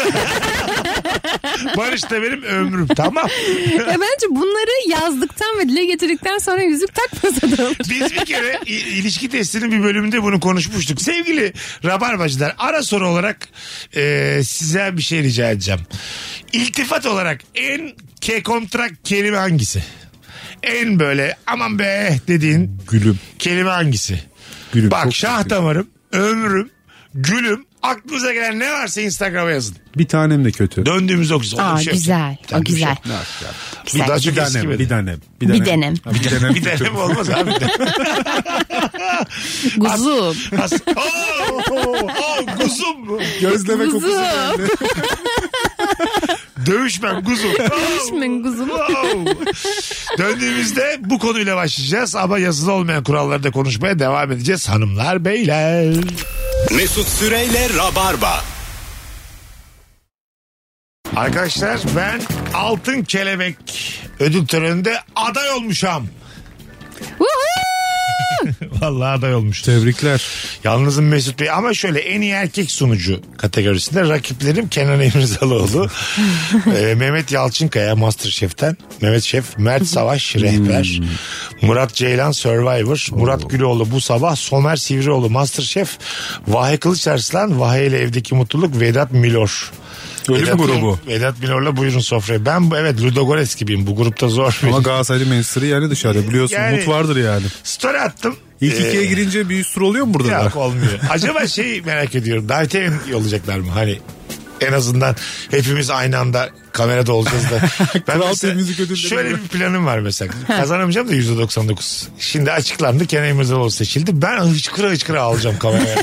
S3: Barış da benim ömrüm. Tamam.
S4: ya bence bunları yazdıktan ve dile getirdikten sonra yüzük takmasa da olur.
S3: Biz bir kere i- ilişki testinin bir bölümünde bunu konuşmuştuk. Sevgili rabarbacılar ara soru olarak e, size bir şey rica edeceğim. İltifat olarak en kekontrak kelime hangisi? En böyle aman be dediğin
S5: Gülüm.
S3: kelime hangisi?
S5: Gülüm.
S3: Bak
S5: çok
S3: şah
S5: çirkin.
S3: damarım, ömrüm, gülüm aklınıza gelen ne varsa Instagram'a yazın.
S5: Bir tanem de kötü.
S3: Döndüğümüzde okuyacağız. Onda
S4: Aa
S3: bir şey yok.
S4: güzel.
S3: Tabii
S4: o
S3: bir şey
S4: güzel.
S3: yok. Bir daha çok
S5: Bir
S3: eski
S5: tanem,
S3: böyle.
S5: bir tanem.
S4: Bir denem.
S5: Ha, Bir denem. (laughs)
S3: Bir tane mi olmaz abi?
S4: Kuzum.
S3: As- (laughs) Oo, oo, kuzum mu?
S5: Gözleme
S4: Kuzu.
S5: kokusu geldi.
S3: Dövüşmem kuzum.
S4: Dövüşmen kuzum.
S3: Wow. Döndüğümüzde bu konuyla başlayacağız ama yazılı olmayan kuralları da konuşmaya devam edeceğiz hanımlar beyler.
S2: Mesut Süreyle Rabarba.
S3: Arkadaşlar ben Altın Kelebek ödül töreninde aday olmuşam. Vallahi aday olmuş.
S5: Tebrikler.
S3: Yalnızım Mesut Bey ama şöyle en iyi erkek sunucu kategorisinde rakiplerim Kenan Emirzalıoğlu, e, Mehmet Yalçınkaya Masterchef'ten, Mehmet Şef, Mert Savaş Rehber, Murat Ceylan Survivor, Murat Güloğlu Bu Sabah, Somer Sivrioğlu Masterchef, Vahe Kılıç Arslan, Vahe ile Evdeki Mutluluk, Vedat Milor.
S5: Öyle
S3: Vedat-
S5: mi grubu?
S3: Vedat Milor'la buyurun sofraya. Ben bu evet Ludogorets gibiyim. Bu grupta zor.
S5: Ama Galatasaraylı Manchester'ı yani dışarıda biliyorsun.
S3: Yani-
S5: Umut vardır yani.
S3: (laughs) Story attım.
S5: İlk
S3: Ee,
S5: ikiye girince bir üstür oluyor mu burada? da?
S3: Yok olmuyor. (laughs) Acaba şey merak ediyorum. Davetiye mi yollayacaklar mı? Hani en azından hepimiz aynı anda kamerada olacağız (laughs) da. ben
S5: Kral
S3: mesela
S5: Temizlik Ödülleri
S3: şöyle
S5: mi?
S3: bir planım var mesela. Kazanamayacağım da %99. Şimdi açıklandı Kenan İmirzalıoğlu seçildi. Ben hıçkıra hıçkıra alacağım (laughs) kameraya.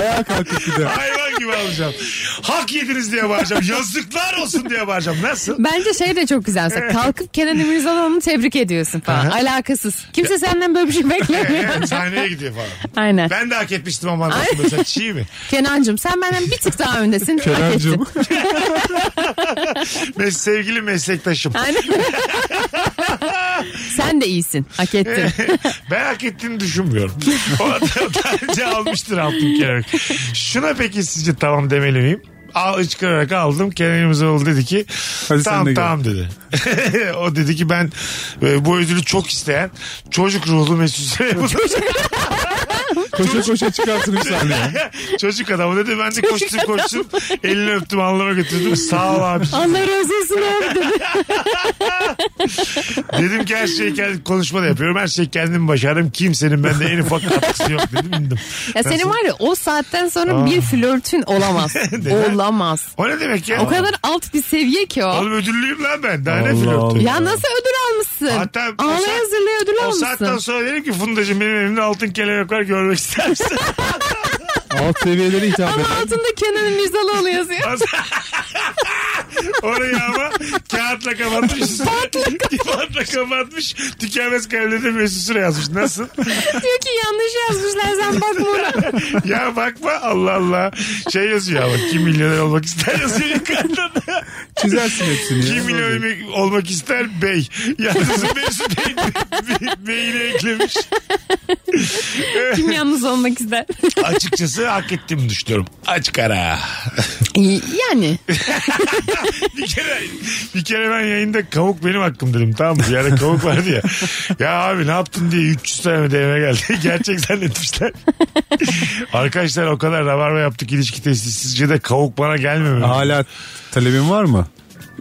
S5: Ayağa kalkıp bir de.
S3: Hayvan gibi alacağım. Hak yediniz diye bağıracağım. Yazıklar olsun diye bağıracağım. Nasıl?
S4: Bence şey de çok güzel. Mesela kalkıp Kenan İmirzalıoğlu'nu tebrik ediyorsun falan. Alakasız. Kimse senden böyle bir
S3: (laughs)
S4: şey beklemiyor.
S3: Evet, sahneye gidiyor falan.
S4: Aynen.
S3: Ben de hak etmiştim ama nasıl mesela çiğ mi?
S4: Kenancığım sen benden bir tık daha öndesin. Hak
S5: Kenancığım.
S4: ettin.
S3: Mes sevgili meslektaşım. (laughs)
S4: Aynen. sen de iyisin. Hak ettin.
S3: (laughs) ben hak ettiğini düşünmüyorum. O adam daha önce almıştır altın kelebek. Şuna peki sizce tamam demeli miyim? Al, ıçkırarak aldım. Kenan İmirzalıoğlu dedi ki
S5: Hadi sen
S3: tamam
S5: de gel."
S3: tamam dedi. (laughs) o dedi ki ben e, bu ödülü çok isteyen çocuk ruhlu Mesut Süre-
S5: Koşa koşa çıkartın
S3: (laughs)
S5: bir saniye.
S3: çocuk adamı dedi ben de koştum koştum elini öptüm alnıma götürdüm sağ ol abi
S4: Allah razı olsun abi dedi.
S3: Dedim ki her şeyi kendi konuşmada yapıyorum. Her şeyi kendim başardım. Kimsenin bende en ufak katkısı yok dedim. indim.
S4: Ya senin var ya o saatten sonra bir flörtün olamaz.
S3: (laughs) Neden?
S4: olamaz.
S3: O ne demek ya?
S4: O kadar alt bir seviye ki o.
S3: Oğlum ödüllüyüm lan ben. Daha ne
S5: Allah
S3: flörtü?
S5: Allah.
S4: Ya nasıl ödül almışsın?
S3: Hatta o
S4: Ağlaya
S3: saat-
S4: hazırlaya ödül
S3: O
S4: almışsın.
S3: saatten sonra dedim ki Fundacığım benim elimde altın kelebek var görmek ister misin?
S5: Alt seviyelere hitap
S4: Ama
S5: eden.
S4: altında Kenan İmirzalıoğlu yazıyor.
S3: (laughs) Orayı ama kağıtla kapatmış. (laughs) Kağıtla kapatmış. Tükenmez kalemde de Mesut Süre yazmış. Nasıl? (laughs)
S4: Diyor ki yanlış yazmışlar sen bakma ona.
S3: ya bakma Allah Allah. Şey yazıyor ama kim milyoner olmak ister yazıyor yukarıda (laughs) da.
S5: Çizersin hepsini. ya.
S3: Kim milyoner olmak ister bey. Yalnız Mesut Bey be- beyine eklemiş.
S4: Kim yalnız olmak ister?
S3: Açıkçası hak ettiğimi düşünüyorum. Aç kara.
S4: yani.
S3: bir kere bir kere ben yayında kavuk benim hakkım dedim tamam mı? Bir ara kavuk vardı
S5: (laughs)
S3: ya. Ya abi ne yaptın diye 300 tane DM geldi. (laughs) Gerçek
S5: (laughs)
S3: zannetmişler. Arkadaşlar o kadar rabarba yaptık ilişki testi. Sizce de kavuk bana gelmemeli.
S5: Hala talebin var mı?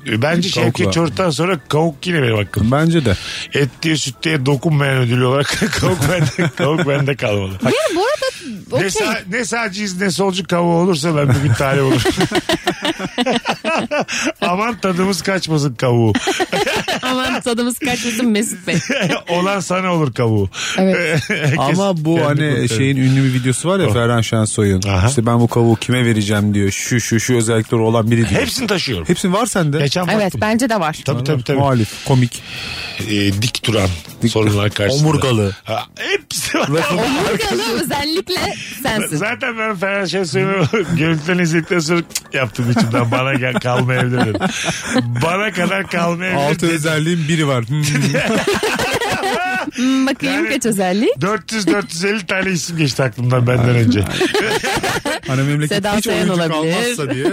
S3: Bence
S5: Kavukla.
S3: Şevket Çoruk'tan sonra kavuk yine benim hakkım.
S5: Bence de.
S3: (laughs) Et diye süt diye dokunmayan ödülü olarak kavuk bende, kavuk bende kalmalı.
S4: Ya bu arada
S3: Ne,
S4: okey.
S3: sağ, ne sağcıyız ne solcu kava olursa ben bugün talep olurum.
S5: (laughs)
S3: (laughs) Aman tadımız kaçmasın kavuğu.
S4: Aman tadımız kaçmasın
S3: (laughs)
S4: Mesut Bey.
S3: Olan sana olur kavuğu.
S4: Evet.
S3: (laughs) Herkes
S5: Ama bu
S3: kendi
S5: hani
S3: kurtarır.
S5: şeyin ünlü bir videosu var ya Ferhan Şensoy'un.
S3: Aha.
S5: İşte ben bu kavuğu kime vereceğim diyor. Şu şu şu özellikleri olan biri diyor.
S3: Hepsini taşıyorum.
S5: Hepsi var sende.
S3: Geçen
S4: evet
S3: baktım.
S4: bence de var.
S3: Tabii tabii tabii.
S5: Muhalif, komik.
S3: Ee, dik duran
S5: Dik-
S3: sorunlar karşısında.
S5: Omurgalı.
S3: Ha, hepsi var.
S4: Omurgalı özellikle sensin.
S3: Zaten ben Ferhan Şensoy'u (laughs) görüntüden izledikten sonra (laughs) cık yaptım içimden. Bana gel kalmayabilir dedim. Bana kadar kalmayabilir
S5: Altı
S3: dedim.
S5: özelliğin biri var.
S3: (laughs)
S5: Hmm.
S4: Hmm, bakayım
S3: Yani-
S4: kaç özelliği.
S3: 400-450 tane isim geçti aklımdan benden önce.
S5: Hani memleket
S4: Seda
S5: hiç
S4: Sayan
S5: oyuncu
S4: olabilir.
S5: kalmazsa diye.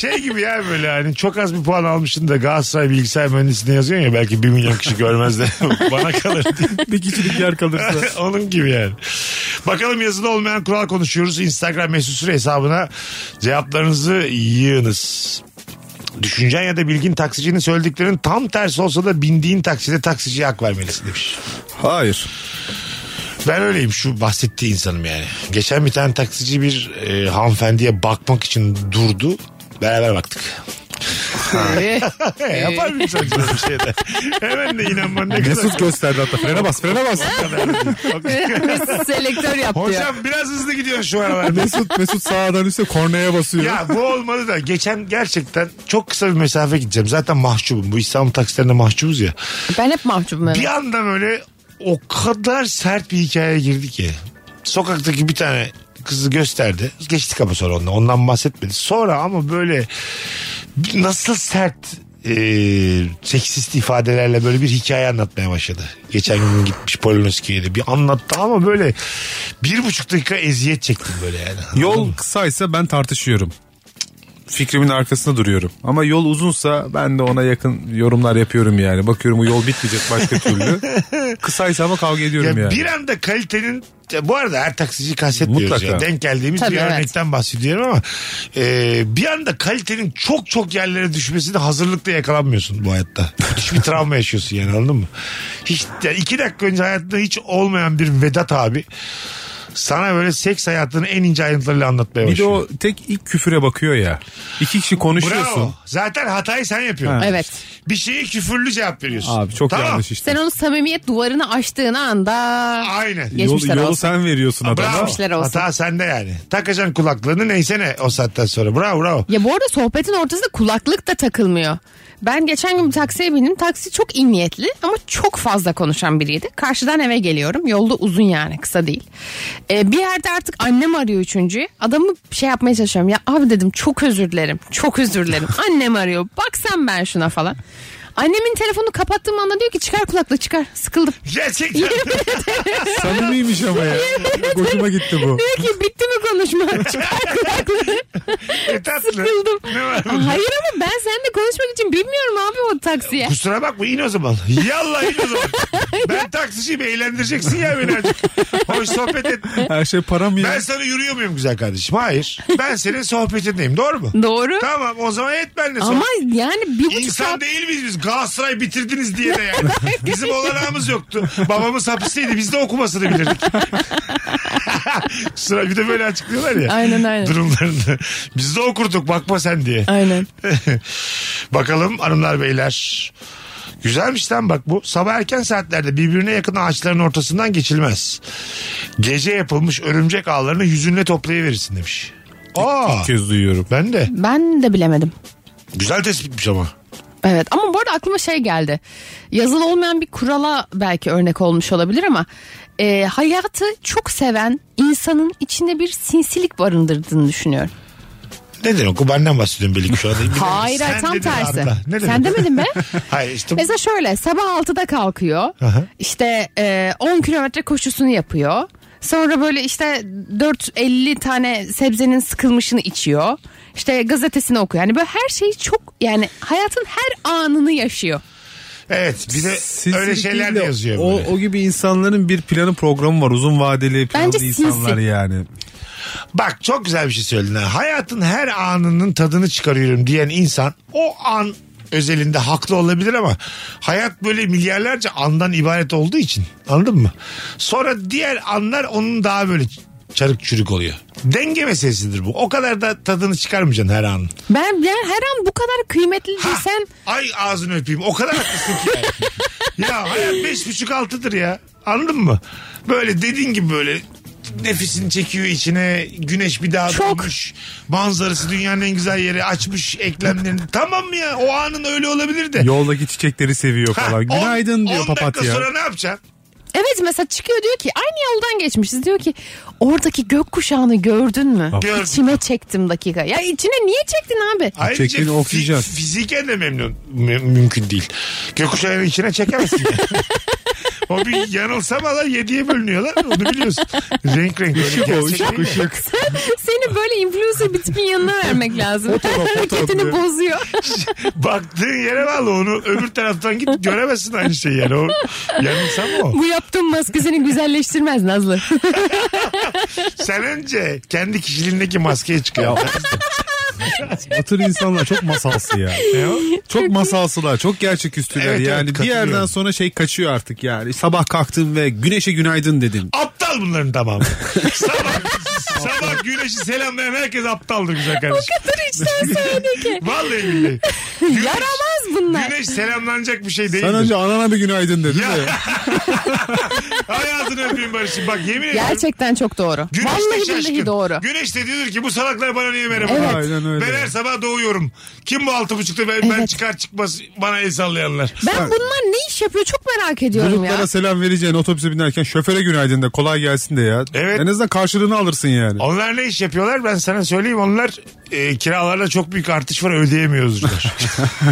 S3: Şey gibi ya böyle hani çok az bir puan almışsın da Galatasaray bilgisayar mühendisliğine yazıyorsun ya belki 1 milyon kişi görmez de (laughs) bana kalır diye.
S5: Bir kişilik yer kalırsa.
S3: (laughs) Onun gibi yani. Bakalım yazılı olmayan kural konuşuyoruz. Instagram mesut süre hesabına cevaplarınızı yığınız. Düşüncen ya da bilgin taksicinin söylediklerinin tam tersi olsa da bindiğin takside taksiciye hak vermelisin demiş.
S5: Hayır.
S3: Ben öyleyim şu bahsettiği insanım yani. Geçen bir tane taksici bir e, hanımefendiye bakmak için durdu. Beraber baktık. (laughs) He, Yapar mı insan böyle bir şey de? Hemen de inanman ne kadar.
S5: Mesut gösterdi hatta. Frene bas frene bas.
S4: (laughs)
S3: (laughs)
S4: (laughs) Mesut selektör yaptı. ya.
S3: Hocam biraz hızlı gidiyorsun şu aralar.
S5: Mesut Mesut sağdan üstte kornaya basıyor.
S3: Ya bu olmadı da geçen gerçekten çok kısa bir mesafe gideceğim. Zaten mahcubum. Bu İstanbul taksilerinde mahcubuz ya.
S4: Ben hep mahcubum. evet.
S3: Bir anda böyle o kadar sert bir hikayeye girdi ki. Sokaktaki bir tane kızı gösterdi. Geçtik ama sonra ondan. Ondan bahsetmedi. Sonra ama böyle nasıl sert e, seksist ifadelerle böyle bir hikaye anlatmaya başladı. Geçen gün gitmiş Polonezki'ye de bir anlattı ama böyle bir buçuk dakika eziyet çektim böyle yani.
S5: Yol kısaysa ben tartışıyorum. Fikrimin arkasında duruyorum. Ama yol uzunsa ben de ona yakın yorumlar yapıyorum yani. Bakıyorum bu yol bitmeyecek
S3: (laughs)
S5: başka türlü. Kısaysa ama kavga ediyorum
S3: Ya
S5: yani.
S3: Bir anda kalitenin ya bu arada her taksiciyi kastetmiyoruz
S5: Mutlaka.
S3: ya. Denk geldiğimiz
S4: Tabii,
S3: bir
S4: evet.
S3: örnekten bahsediyorum ama e, bir anda kalitenin çok çok yerlere düşmesine hazırlıkla yakalanmıyorsun bu
S5: (laughs)
S3: hayatta. Hiçbir travma yaşıyorsun yani anladın mı? Hiç, ya iki dakika önce hayatında hiç olmayan bir Vedat abi sana böyle seks hayatının en ince ayrıntılarıyla anlatmaya
S5: Bir de
S3: başlıyor.
S5: o şey tek ilk küfüre bakıyor ya. İki kişi konuşuyorsun.
S3: Bravo. Zaten hatayı sen yapıyorsun.
S4: Evet.
S3: Bir şeye küfürlü cevap veriyorsun.
S5: Abi çok
S3: Tamam.
S5: yanlış işte.
S4: Sen onu samimiyet duvarını açtığın anda
S3: Aynen.
S4: geçmişler
S5: yolu, yolu
S4: olsun.
S5: sen veriyorsun adama.
S4: Geçmişler olsun.
S3: Hata sende yani. Takacaksın kulaklığını neyse ne o saatten sonra. Bravo bravo.
S4: Ya bu arada sohbetin ortasında kulaklık da takılmıyor. Ben geçen gün bir taksiye bindim. Taksi çok iyi niyetli ama çok fazla konuşan biriydi. Karşıdan eve geliyorum. Yolda uzun yani kısa değil. Ee, bir yerde artık annem arıyor üçüncüyü. Adamı şey yapmaya çalışıyorum. Ya abi dedim çok özür dilerim. Çok
S3: (laughs)
S4: özür dilerim. Annem arıyor. Baksam ben şuna falan. Annemin telefonu kapattığım anda diyor ki çıkar kulaklığı çıkar. Sıkıldım.
S3: Gerçekten.
S4: (laughs)
S5: Samimiymiş
S3: (laughs)
S5: ama ya. Hoşuma gitti bu.
S4: Diyor ki bitti mi konuşma? Çıkar kulaklığı.
S3: Ne tatlı.
S4: Sıkıldım.
S3: Ne var bunda?
S4: Hayır ama ben seninle konuşmak için bilmiyorum abi o taksiye.
S3: Kusura bakma in o zaman. Yallah in o
S4: (laughs)
S3: zaman. ben taksiciyim eğlendireceksin ya beni azıcık. Hoş sohbet et.
S5: Her şey param ya.
S3: Ben sana yürüyor muyum güzel kardeşim? Hayır. Ben senin sohbetindeyim doğru mu?
S4: Doğru.
S3: Tamam o zaman et benimle
S4: Ama
S3: sohbet.
S4: yani bir buçuk
S3: İnsan
S4: saat
S3: değil miyiz biz? Galatasaray bitirdiniz diye de
S4: (laughs)
S3: yani. Bizim olanağımız yoktu. Babamız hapisteydi. Biz de okumasını bilirdik. (laughs) Sıra bir de böyle açıklıyorlar ya.
S4: Aynen, aynen.
S3: Durumlarını. Biz de okurduk bakma sen diye.
S4: Aynen.
S3: (laughs) Bakalım hanımlar beyler. Güzelmiş lan bak bu. Sabah erken saatlerde birbirine yakın ağaçların ortasından geçilmez. Gece yapılmış örümcek ağlarını yüzünle toplayıverirsin demiş. Aa,
S5: İlk kez duyuyorum.
S3: ben de.
S4: Ben de bilemedim.
S3: Güzel tespitmiş ama.
S4: Evet ama bu arada aklıma şey geldi. Yazılı olmayan bir kurala belki örnek olmuş olabilir ama e, hayatı çok seven insanın içinde bir sinsilik barındırdığını düşünüyorum.
S3: Ne demek o benden bahsediyorum belki şu anda. Bilmiyorum.
S4: Hayır
S3: Sen
S4: hayır, tam
S3: dedin
S4: tersi.
S3: abla. Ne
S4: Sen
S3: demek?
S4: demedin mi?
S3: (laughs) Hayır işte
S4: Mesela şöyle sabah 6'da kalkıyor.
S3: Aha.
S4: İşte e, 10 kilometre koşusunu yapıyor. Sonra böyle işte 4-50 tane sebzenin sıkılmışını içiyor. İşte gazetesini okuyor. Yani böyle her şeyi çok yani hayatın her anını yaşıyor.
S3: evet bir de
S5: Sinsilik
S3: öyle şeyler
S5: değil
S3: de
S5: de
S3: yazıyor.
S5: O,
S3: böyle.
S5: o gibi insanların bir planı programı var. Uzun vadeli planlı
S4: Bence
S5: insanlar
S4: sinsi.
S5: yani.
S3: Bak çok güzel bir şey söyledin. ha. Hayatın her anının tadını çıkarıyorum diyen insan o an özelinde haklı olabilir ama hayat böyle milyarlarca andan ibaret olduğu için anladın mı? Sonra diğer anlar onun daha böyle çarık çürük oluyor. Denge meselesidir bu. O kadar da tadını çıkarmayacaksın her an.
S4: Ben, ben her an bu kadar kıymetli desem
S3: Ay ağzını öpeyim. O kadar haklısın ki
S5: (laughs)
S3: yani. ya hayat beş buçuk altıdır ya. Anladın mı? Böyle dediğin gibi böyle nefesini çekiyor içine. Güneş bir daha
S4: Çok.
S3: doğmuş. Manzarası dünyanın en güzel yeri. Açmış eklemlerini. tamam ya? O anın öyle olabilir de.
S5: Yoldaki çiçekleri seviyor
S3: Ha,
S5: falan.
S3: on-
S5: Günaydın diyor
S3: On dakika
S5: papatya.
S3: sonra ne yapacaksın?
S4: evet mesela çıkıyor diyor ki aynı yoldan geçmişiz diyor ki oradaki gökkuşağını gördün mü?
S3: Gördüm.
S4: İçime çektim dakika. Ya içine niye çektin abi?
S3: Ayrıca
S5: Çektiğini
S3: fi-
S5: okuyacağız.
S3: fiziken de memnun mü- mümkün değil. Gökkuşağının içine çekemezsin.
S5: (laughs)
S3: yani. o bir yanılsamalar yediye bölünüyorlar. Onu biliyorsun. Renk şey- renk. Işık
S5: o, ışık,
S4: Seni böyle influencer bir tipin yanına vermek lazım.
S5: Fotoğraf, fotoğraf
S4: Hareketini
S5: diyor.
S4: bozuyor.
S3: Baktığın yere bağlı onu. Öbür taraftan git göremezsin aynı şeyi yani. O yanılsama o.
S4: Bu yaptığın maske seni güzelleştirmez Nazlı.
S3: Sen önce kendi kişiliğindeki maskeye çıkıyor.
S5: Batır insanlar çok masalsı ya.
S3: Ne o?
S5: Çok masalsılar, çok gerçek üstüler.
S3: Evet, evet,
S5: yani bir
S3: katılıyorum.
S5: yerden sonra şey kaçıyor artık yani. Sabah kalktın ve güneşe günaydın dedin.
S3: Aptal bunların tamamı. sabah, sabah güneşi selam veren herkes aptaldır güzel kardeşim.
S4: içten söyledi ki.
S3: Vallahi billahi. Güneş-
S4: Yaramaz bunlar.
S3: Güneş selamlanacak bir şey değil.
S5: Sen önce anana bir günaydın dedin
S3: Ya.
S5: de.
S3: (laughs) Hayatını öpeyim Barış'ım. Bak yemin ediyorum.
S4: Gerçekten çok doğru.
S3: Güneş de
S4: Vallahi
S3: şaşkın.
S4: billahi doğru.
S3: Güneş de diyor ki bu salaklar bana niye merhaba?
S4: Evet.
S5: Aynen öyle.
S3: Ben her sabah doğuyorum. Kim bu altı buçukta ben, ben
S4: Evet.
S3: çıkar çıkmaz bana el sallayanlar.
S4: Ben bunlar ne iş yapıyor çok merak ediyorum ya.
S5: Gruplara selam vereceğin otobüse binerken şoföre günaydın de kolay gelsin de ya.
S3: Evet.
S5: En azından karşılığını alırsın yani.
S3: Onlar ne iş yapıyorlar ben sana söyleyeyim onlar e, kiralarda çok büyük artış var ödeyemiyoruz
S4: (laughs)
S3: diyorlar.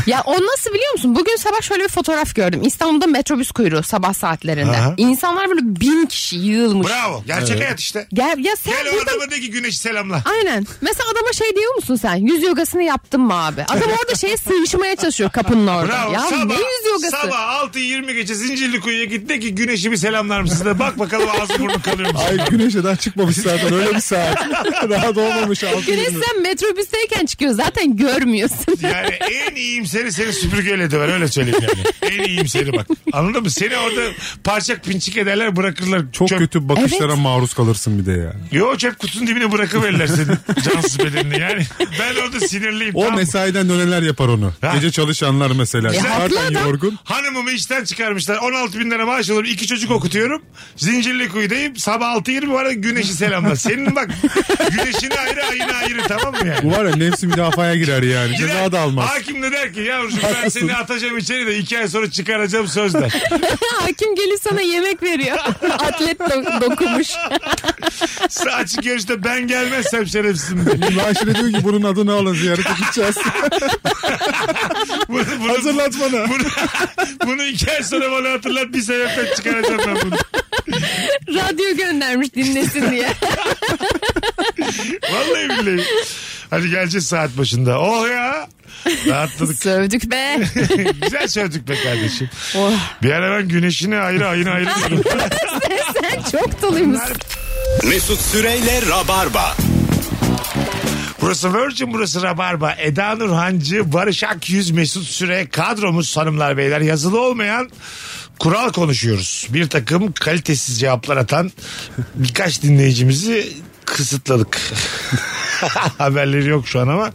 S4: Ya o nasıl biliyor musun? Bugün sabah şöyle bir fotoğraf gördüm. İstanbul'da metrobüs kuyruğu sabah saatlerinde.
S3: Aha.
S4: İnsanlar böyle bin kişi yığılmış.
S3: Bravo gerçek hayat işte.
S4: Gel, ya sen
S3: Gel o
S4: burada...
S3: adama de ki güneşi selamla.
S4: Aynen. Mesela adama şey diyor musun sen? Yüz yogasını yaptın mı abi? Adam orada şeye sığışmaya çalışıyor kapının orada.
S3: Bravo.
S4: ya
S3: sabah,
S4: ne yüz yogası?
S3: Sabah 6.20 gece Zincirlikuyu'ya git de ki güneşi bir selamlar mısın? De bak bakalım ağzı burnu kalıyor mu?
S5: Ay güneşe daha çıkmamış zaten öyle bir saat. (laughs) daha doğmamış altı
S4: Güneş
S5: yirmi.
S4: sen metrobüsteyken çıkıyor zaten görmüyorsun. (laughs)
S3: Yani en iyimseri seni süpürgeyle döver öyle söyleyeyim yani. En iyimseri bak. Anladın mı? Seni orada parçak pinçik ederler bırakırlar.
S5: Çok
S3: çöp,
S5: kötü bakışlara
S4: Evet.
S5: maruz kalırsın bir de ya.
S3: Yo çöp kutusunun dibine bırakıverirler seni cansız bedenini yani. Ben orada sinirliyim.
S5: O
S3: tamam mı?
S5: mesaiden dönenler yapar onu.
S3: Ha.
S5: Gece çalışanlar mesela.
S4: Ya, haklı
S5: Zaten
S4: adam.
S5: yorgun.
S3: Hanımımı işten çıkarmışlar. 16 bin lira maaş alıyorum. İki çocuk okutuyorum. Zincirli kuyudayım. Sabah 6.20 var güneşi selamla. Senin bak güneşini ayrı ayını ayrı tamam mı yani?
S5: Bu var ya nefsi müdafaya girer yani.
S3: Gider,
S5: Ceza da almaz.
S3: Hakim de der ki yavrucuğum ben
S5: (laughs)
S3: seni atacağım içeri de iki ay sonra çıkaracağım söz der.
S4: Hakim gelip sana
S3: (laughs)
S4: yemek veriyor. Atlet do- dokumuş.
S3: Sa- Açık görüşte ben gelmezsem şerefsizim diye.
S5: Raşide diyor ki bunun adını alın ziyarete gideceğiz.
S3: Bunu, bunu,
S5: Hazırlat bana.
S3: Bunu, (laughs) bunu iki ay sonra bana hatırlat bir sebepten çıkaracağım ben bunu.
S4: Radyo göndermiş
S3: (laughs)
S4: dinlesin diye.
S3: Vallahi billahi. Hadi geleceğiz saat başında. Oh ya. Rahatladık. (laughs)
S4: Sövdük be.
S3: Güzel sövdük be kardeşim.
S4: Oh.
S3: Bir ara ben güneşini ayrı ayını ayrı. diyorum.
S4: Sen çok doluymuşsun.
S2: Mesut Süreyle Rabarba.
S3: burası Virgin burası Rabarba. Eda Nurhancı, Barış Akyüz, Mesut Süre kadromuz hanımlar beyler. Yazılı olmayan kural konuşuyoruz. Bir takım kalitesiz cevaplar atan birkaç dinleyicimizi kısıtladık. (laughs) Haberleri yok şu an ama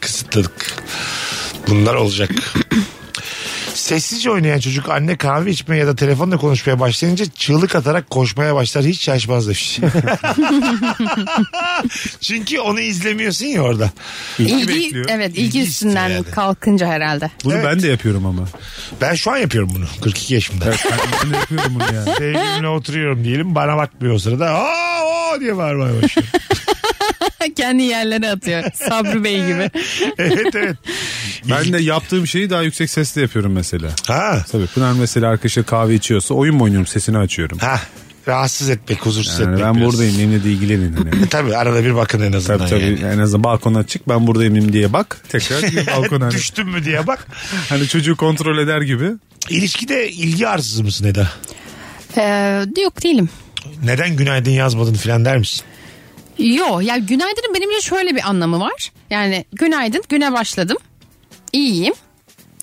S3: kısıtladık. Bunlar olacak. Sessizce oynayan çocuk anne kahve içmeye ya da telefonla konuşmaya başlayınca çığlık atarak koşmaya başlar. Hiç şaşmaz
S5: (laughs)
S3: demiş. Çünkü onu izlemiyorsun ya orada.
S4: İlgi, evet ilgi
S3: İlgi
S4: üstünden
S3: istiyor yani.
S4: kalkınca herhalde. (laughs)
S5: Bunu
S3: Evet.
S5: ben de yapıyorum ama.
S3: Ben şu an yapıyorum bunu. 42 yaşımda.
S5: Ben de yapıyorum
S3: (laughs)
S5: bunu yani.
S3: Sevgilimle oturuyorum diyelim. Bana bakmıyor o sırada. Aa, o diye bağırmaya
S5: (laughs)
S3: başlıyor.
S4: Kendi yerlere atıyor. Sabri Bey gibi.
S3: (laughs) evet evet.
S5: Ben de yaptığım şeyi daha yüksek sesle yapıyorum mesela.
S3: Ha.
S5: Tabii Pınar mesela arkadaşlar kahve içiyorsa oyun mu oynuyorum sesini açıyorum.
S3: Ha. Rahatsız etmek, huzursuz
S5: Yani
S3: etmek.
S5: ben
S3: biraz.
S5: buradayım benimle de ilgilenin. Hani.
S3: Tabii arada bir bakın en azından.
S5: tabii tabii
S3: yani.
S5: en azından balkona çık ben buradayım diye bak. Tekrar bir balkona hani,
S3: Düştüm mü diye bak.
S5: hani çocuğu kontrol eder gibi.
S3: İlişkide ilgi arsızı mısın Eda?
S4: Ee, yok değilim.
S3: Neden günaydın yazmadın filan der misin?
S4: Yo ya günaydın'ın benimce şöyle bir anlamı var. Yani günaydın güne başladım. İyiyim.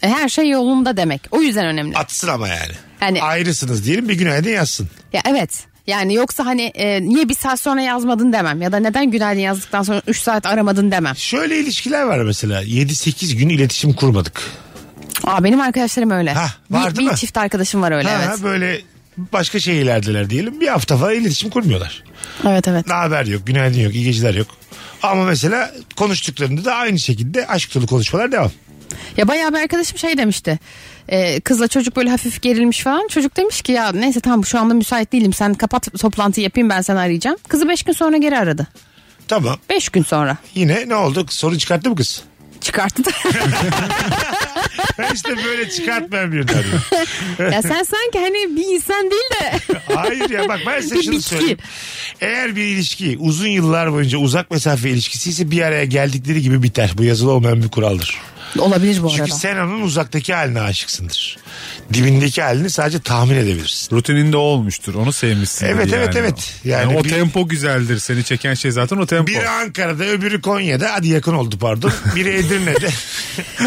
S4: E, Her şey yolunda demek. O yüzden önemli.
S3: Atsın ama yani.
S4: Yani-
S3: Ayrısınız diyelim bir günaydın yazsın.
S4: Ya evet. Yani yoksa hani e, niye bir saat sonra yazmadın demem ya da neden günaydın yazdıktan sonra 3 saat aramadın demem.
S3: Şöyle ilişkiler var mesela 7-8 gün iletişim kurmadık.
S4: Aa benim arkadaşlarım öyle.
S3: Hah, var
S4: bir,
S3: değil
S4: bir
S3: mi?
S4: çift arkadaşım var öyle
S3: Ha,
S4: evet.
S3: Böyle başka şehirlerdeler diyelim bir hafta falan iletişim kurmuyorlar.
S4: Evet evet.
S3: Ne haber yok, günaydın yok, iyi geceler yok. Ama mesela konuştuklarında da aynı şekilde aşk dolu konuşmalar devam.
S4: Ya bayağı bir arkadaşım şey demişti. Ee, kızla çocuk böyle hafif gerilmiş falan. Çocuk demiş ki ya neyse tamam şu anda müsait değilim. Sen kapat toplantıyı yapayım ben seni arayacağım. Kızı 5 gün sonra geri aradı.
S3: Tamam
S4: 5 gün sonra
S3: yine ne oldu sorun çıkarttı mı kız?
S4: çıkarttı. da.
S3: Ben işte böyle çıkartmayan bir
S4: (laughs)
S3: adamım.
S4: (laughs) ya sen sanki hani bir insan değil de
S3: Hayır ya bak ben size
S4: Bir
S3: şunu
S4: bitki.
S3: söyleyeyim. Eğer bir ilişki uzun yıllar boyunca uzak mesafe ilişkisi ise bir araya geldikleri gibi biter. Bu yazılı olmayan bir kuraldır.
S4: (laughs) olabilir bu arada.
S3: Çünkü sen onun uzaktaki haline aşıksındır. Dibindeki halini sadece tahmin edebilirsin.
S5: Rutininde o olmuştur. Onu sevmişsin.
S3: Evet, evet, evet. Yani
S5: Yani, o
S3: bir-
S5: tempo güzeldir. Seni çeken şey zaten o tempo.
S3: Biri Ankara'da öbürü Konya'da hadi yakın oldu pardon. Biri
S4: (laughs)
S3: Edirne'de.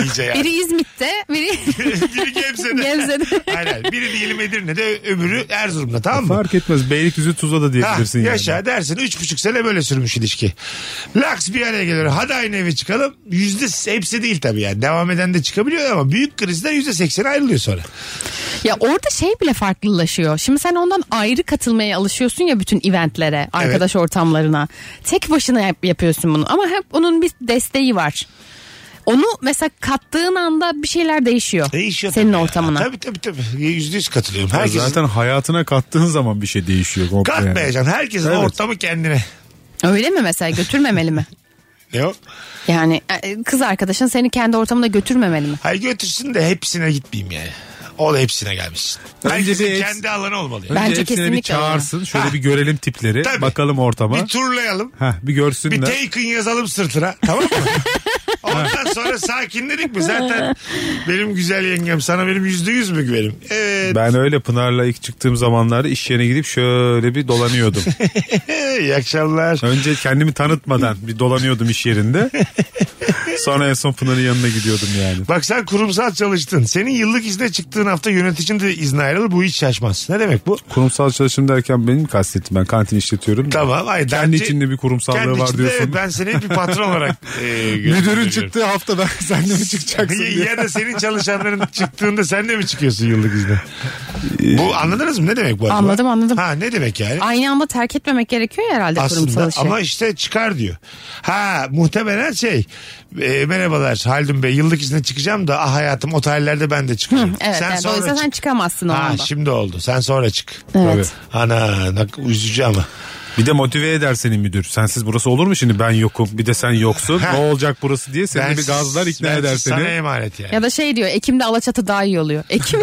S3: İyice yani.
S4: Biri İzmit'te, biri
S3: Biri Gebze'de.
S4: Gebze'de.
S3: Aynen. Biri diyelim Edirne'de öbürü Erzurum'da tamam mı?
S5: Fark etmez. Beylikdüzü Tuzla da
S3: Ha,
S5: diyebilirsin yani.
S3: yaşa dersin. Üç buçuk sene böyle sürmüş ilişki. Laks bir araya geliyor. Hadi aynı eve çıkalım. Yüzde hepsi değil tabii yani. Devam eden de çıkabiliyor ama büyük krizden yüzde seksen ayrılıyor sonra.
S4: (laughs) Ya orada şey bile farklılaşıyor. Şimdi sen ondan ayrı katılmaya alışıyorsun ya bütün eventlere, arkadaş ortamlarına. Tek başına yap- yapıyorsun bunu ama hep onun bir desteği var. Onu mesela kattığın anda bir şeyler değişiyor.
S3: Değişiyor.
S4: Senin
S3: tabii ya.
S4: ortamına.
S3: Tabii tabii tabii. Yüzde yüz katılıyorum.
S5: Ya
S3: Herkesin...
S5: Zaten hayatına kattığın zaman bir şey değişiyor. komple yani.
S3: Katmayacaksın. Herkesin
S5: Evet.
S3: ortamı kendine.
S4: Öyle mi mesela
S3: (laughs)
S4: götürmemeli mi?
S3: Ne o?
S4: Yani e, kız arkadaşın seni kendi ortamına götürmemeli mi?
S3: Hayır götürsün de hepsine gitmeyeyim yani. O da hepsine gelmiş.
S5: Önce
S3: Herkesin
S5: bir hepsi-
S3: kendi alanı olmalı. yani.
S5: Önce
S4: Bence
S5: hepsine
S4: kesinlikle
S5: bir çağırsın. Şöyle bir görelim tipleri.
S3: Tabii.
S5: Bakalım ortama.
S3: Bir turlayalım.
S5: Heh, bir görsünler.
S3: Bir Taken yazalım sırtına
S5: (laughs)
S3: tamam mı? Ondan sonra sakinledik mi? Zaten benim güzel yengem sana benim yüzde yüz mü güvenim? Evet.
S5: Ben öyle Pınar'la ilk çıktığım zamanlarda iş yerine gidip şöyle
S3: (laughs)
S5: bir dolanıyordum.
S3: İyi akşamlar.
S5: Önce kendimi tanıtmadan bir dolanıyordum
S3: (laughs)
S5: iş yerinde. Sonra en son Pınar'ın yanına gidiyordum yani.
S3: Bak sen kurumsal çalıştın. Senin yıllık izne çıktığın hafta yöneticin de izne ayrılır. Bu hiç şaşmaz. Ne demek bu?
S5: Kurumsal çalışım derken benim kastettim ben kantin işletiyorum. da.
S3: Tamam. Hayır, daha
S5: Kendi
S3: önce-
S5: içinde bir kurumsallığı
S3: Kendi
S5: var
S3: içinde
S5: diyorsun.
S3: evet, ben seni hep bir patron
S5: (laughs)
S3: olarak e,
S5: Müdürün
S3: görüyorum.
S5: çıktığı hafta ben (laughs) sen
S3: (laughs)
S5: de mi çıkacaksın
S3: Ya-
S5: diye.
S3: ya da senin çalışanların çıktığında sen de mi çıkıyorsun yıllık izne?
S5: E,
S3: bu anladınız mı? Ne demek bu acaba?
S4: Anladım, anladım.
S3: Ha ne demek yani?
S4: Aynı anda terk etmemek gerekiyor ya herhalde
S3: Aslında
S4: kurumsal şey. işi.
S3: ama işte çıkar diyor. Ha muhtemelen şey e, merhabalar Haldun Bey yıllık izne çıkacağım da ah hayatım o tarihlerde ben de çıkıyorum.
S4: Evet, yani dolayısıyla sen çıkamazsın o
S3: Ha
S4: anda.
S3: şimdi oldu sen sonra çık.
S4: Evet.
S3: Ana nak- üzücü ama.
S5: Bir de motive eder seni müdür. Sensiz burası olur mu şimdi ben yokum bir de sen yoksun.
S3: Ha.
S5: ne olacak burası diye seni
S3: Ben-
S5: bir gazlar ikna
S3: ben
S5: eder
S3: Sana
S5: seni.
S3: emanet yani.
S4: Ya da şey diyor Ekim'de Alaçatı daha iyi oluyor. Ekim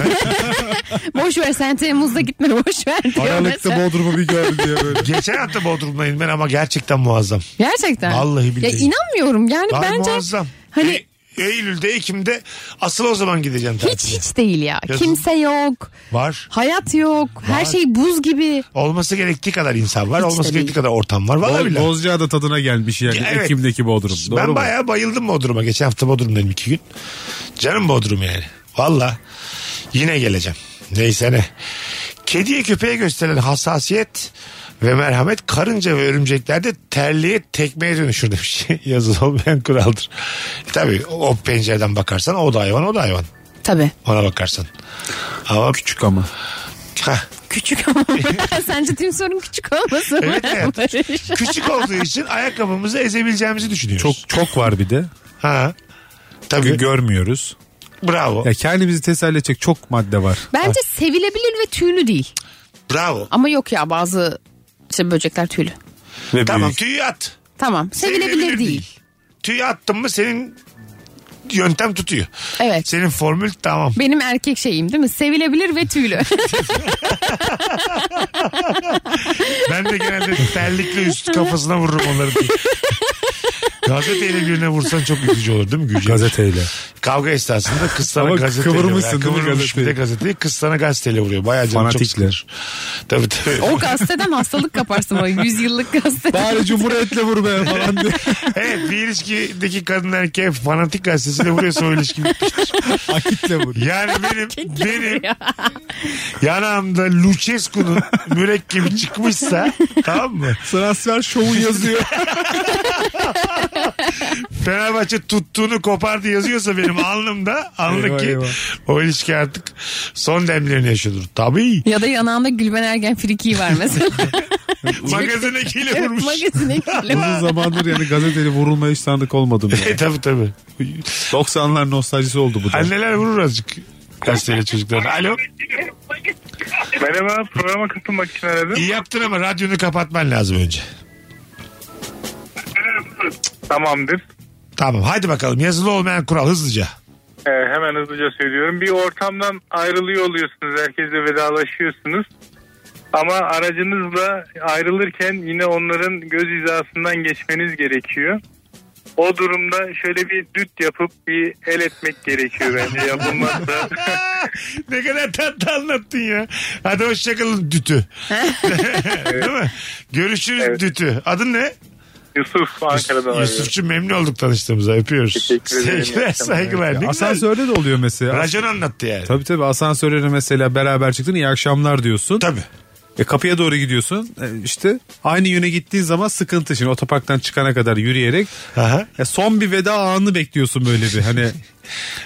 S4: (laughs) boş ver sen Temmuz'da gitme boş ver diyor
S5: Aralıkta
S4: mesela.
S5: Bodrum'u
S3: (laughs)
S5: bir gör diye böyle.
S3: Geçen hafta Bodrum'dayım ben ama gerçekten muazzam.
S4: Gerçekten.
S3: Vallahi billahi.
S4: Ya inanmıyorum yani
S3: Daha
S4: E, bence
S3: muazzam.
S4: hani
S3: E- Eylül'de, Ekim'de asıl o zaman gideceğim
S4: hiç
S3: tatile.
S4: hiç değil ya.
S3: Yazın-
S4: Kimse yok.
S3: Var.
S4: Hayat yok. Her şey buz gibi.
S3: Olması gerektiği kadar insan var.
S4: Hiç de
S3: olması gerektiği
S4: değil.
S3: kadar ortam var. Vallahi
S5: Bo-
S3: billahi.
S5: Bozcaada tadına gelmiş yani
S3: Evet.
S5: Hani Ekim'deki Bodrum. Doğru
S3: ben
S5: mu?
S3: bayağı bayıldım Bodrum'a. Geçen hafta Bodrum'daydım iki gün. Canım Bodrum yani. Valla. Yine geleceğim. Neyse ne. Kediye köpeğe gösterilen hassasiyet ve merhamet karınca ve örümceklerde terliğe tekmeye dönüşür demiş. (laughs) Yazılı olmayan kuraldır. E tabii o pencereden bakarsan o da hayvan o da hayvan.
S4: Tabii.
S3: Ona bakarsan. Ama küçük.
S5: Küçük ama.
S3: Hah.
S4: Küçük ama. (laughs) Sence tüm sorun küçük olması mı?
S3: Evet, evet. (laughs) küçük olduğu için ayakkabımızı ezebileceğimizi düşünüyoruz.
S5: Çok çok var bir de.
S3: Ha. Tabii.
S5: Görmüyoruz.
S3: Bravo.
S5: Ya kendimizi teselli edecek çok madde var.
S4: (laughs) Bence sevilebilir ve tüylü değil.
S3: Bravo.
S4: Ama yok ya bazı işte böcekler tüylü.
S5: Ve
S3: Tamam
S5: büyük.
S3: tüyü at.
S4: Tamam. Sevilebilir, değil.
S3: Tüyü attın mı senin yöntem tutuyor.
S4: Evet.
S3: Senin formül tamam.
S4: Benim erkek şeyim değil mi? Sevilebilir ve
S3: (laughs)
S4: tüylü. (laughs)
S3: Ben de genelde terlikle üst kafasına vururum onları diye. Gazeteyle birine vursan çok üzücü olur değil mi Gülce?
S5: Gazeteyle.
S3: Kavga esnasında kız sana
S5: Ama
S3: gazeteyle
S5: kıvırmışsın
S3: vuruyor.
S5: değil mi
S3: Kıvırmış bir de
S5: gazeteyi?
S3: gazeteyi kız sana gazeteyle vuruyor. Bayağı canım çok
S5: Fanatikler.
S3: sıkılır. Tabii tabii.
S4: O gazeteden hastalık kaparsın o yüzyıllık gazete.
S5: Bari cumhuriyetle vur be falan diye.
S3: (laughs) evet bir ilişkideki kadın erkeğe fanatik gazetesiyle vuruyorsa o ilişki bitmiştir.
S5: (laughs) Akitle
S3: (laughs)
S5: vur.
S3: Yani benim, benim (laughs) yanağımda Lucescu'nun mürekkebi çıkmışsa tamam mı?
S5: Transfer
S3: (laughs)
S5: şovu yazıyor.
S3: Fenerbahçe tuttuğunu kopardı yazıyorsa benim alnımda anlık
S5: Eyvah,
S3: ki
S5: eyvah.
S3: o ilişki artık son demlerini yaşıyordur. Tabii.
S4: Ya da yanağında Gülben Ergen frikiği var
S3: (laughs)
S4: mesela. (laughs)
S3: Magazinekiyle vurmuş.
S4: Magazine
S5: Uzun zamandır yani gazeteli vurulmaya hiç sandık olmadım.
S3: (laughs) E,
S5: Yani.
S3: tabii tabii.
S5: 90'lar nostaljisi oldu bu da.
S3: Anneler vurur azıcık gazeteyle çocuklarına. Alo.
S6: Merhaba programa katılmak için aradım.
S3: İyi yaptın ama radyonu kapatman lazım önce.
S6: Tamamdır.
S3: Tamam hadi bakalım yazılı olmayan kural hızlıca.
S6: Ee, hemen hızlıca söylüyorum. Bir ortamdan ayrılıyor oluyorsunuz. Herkesle vedalaşıyorsunuz. Ama aracınızla ayrılırken yine onların göz hizasından geçmeniz gerekiyor. O durumda şöyle bir düt yapıp bir el etmek gerekiyor bence yapılmazsa. (laughs)
S3: ne kadar tatlı anlattın ya. Hadi hoşçakalın
S6: (laughs)
S3: dütü. Değil mi? Görüşürüz
S6: Evet.
S3: dütü. Adın ne?
S6: Yusuf Ankara'dan arıyorum.
S3: Yusuf'cum memnun olduk tanıştığımıza. Öpüyoruz.
S6: Teşekkür ederim. İyi
S3: Sevgiler
S6: akşamlar.
S3: saygılar. Ne güzel.
S5: Asansörde de oluyor mesela.
S3: Racon anlattı yani. Tabii.
S5: Tabii tabii asansörde mesela beraber çıktın iyi akşamlar diyorsun. E, kapıya doğru gidiyorsun E, işte aynı yöne gittiğin zaman sıkıntı. Şimdi otoparktan çıkana kadar yürüyerek
S3: Aha.
S5: e, son bir veda anı bekliyorsun böyle bir hani.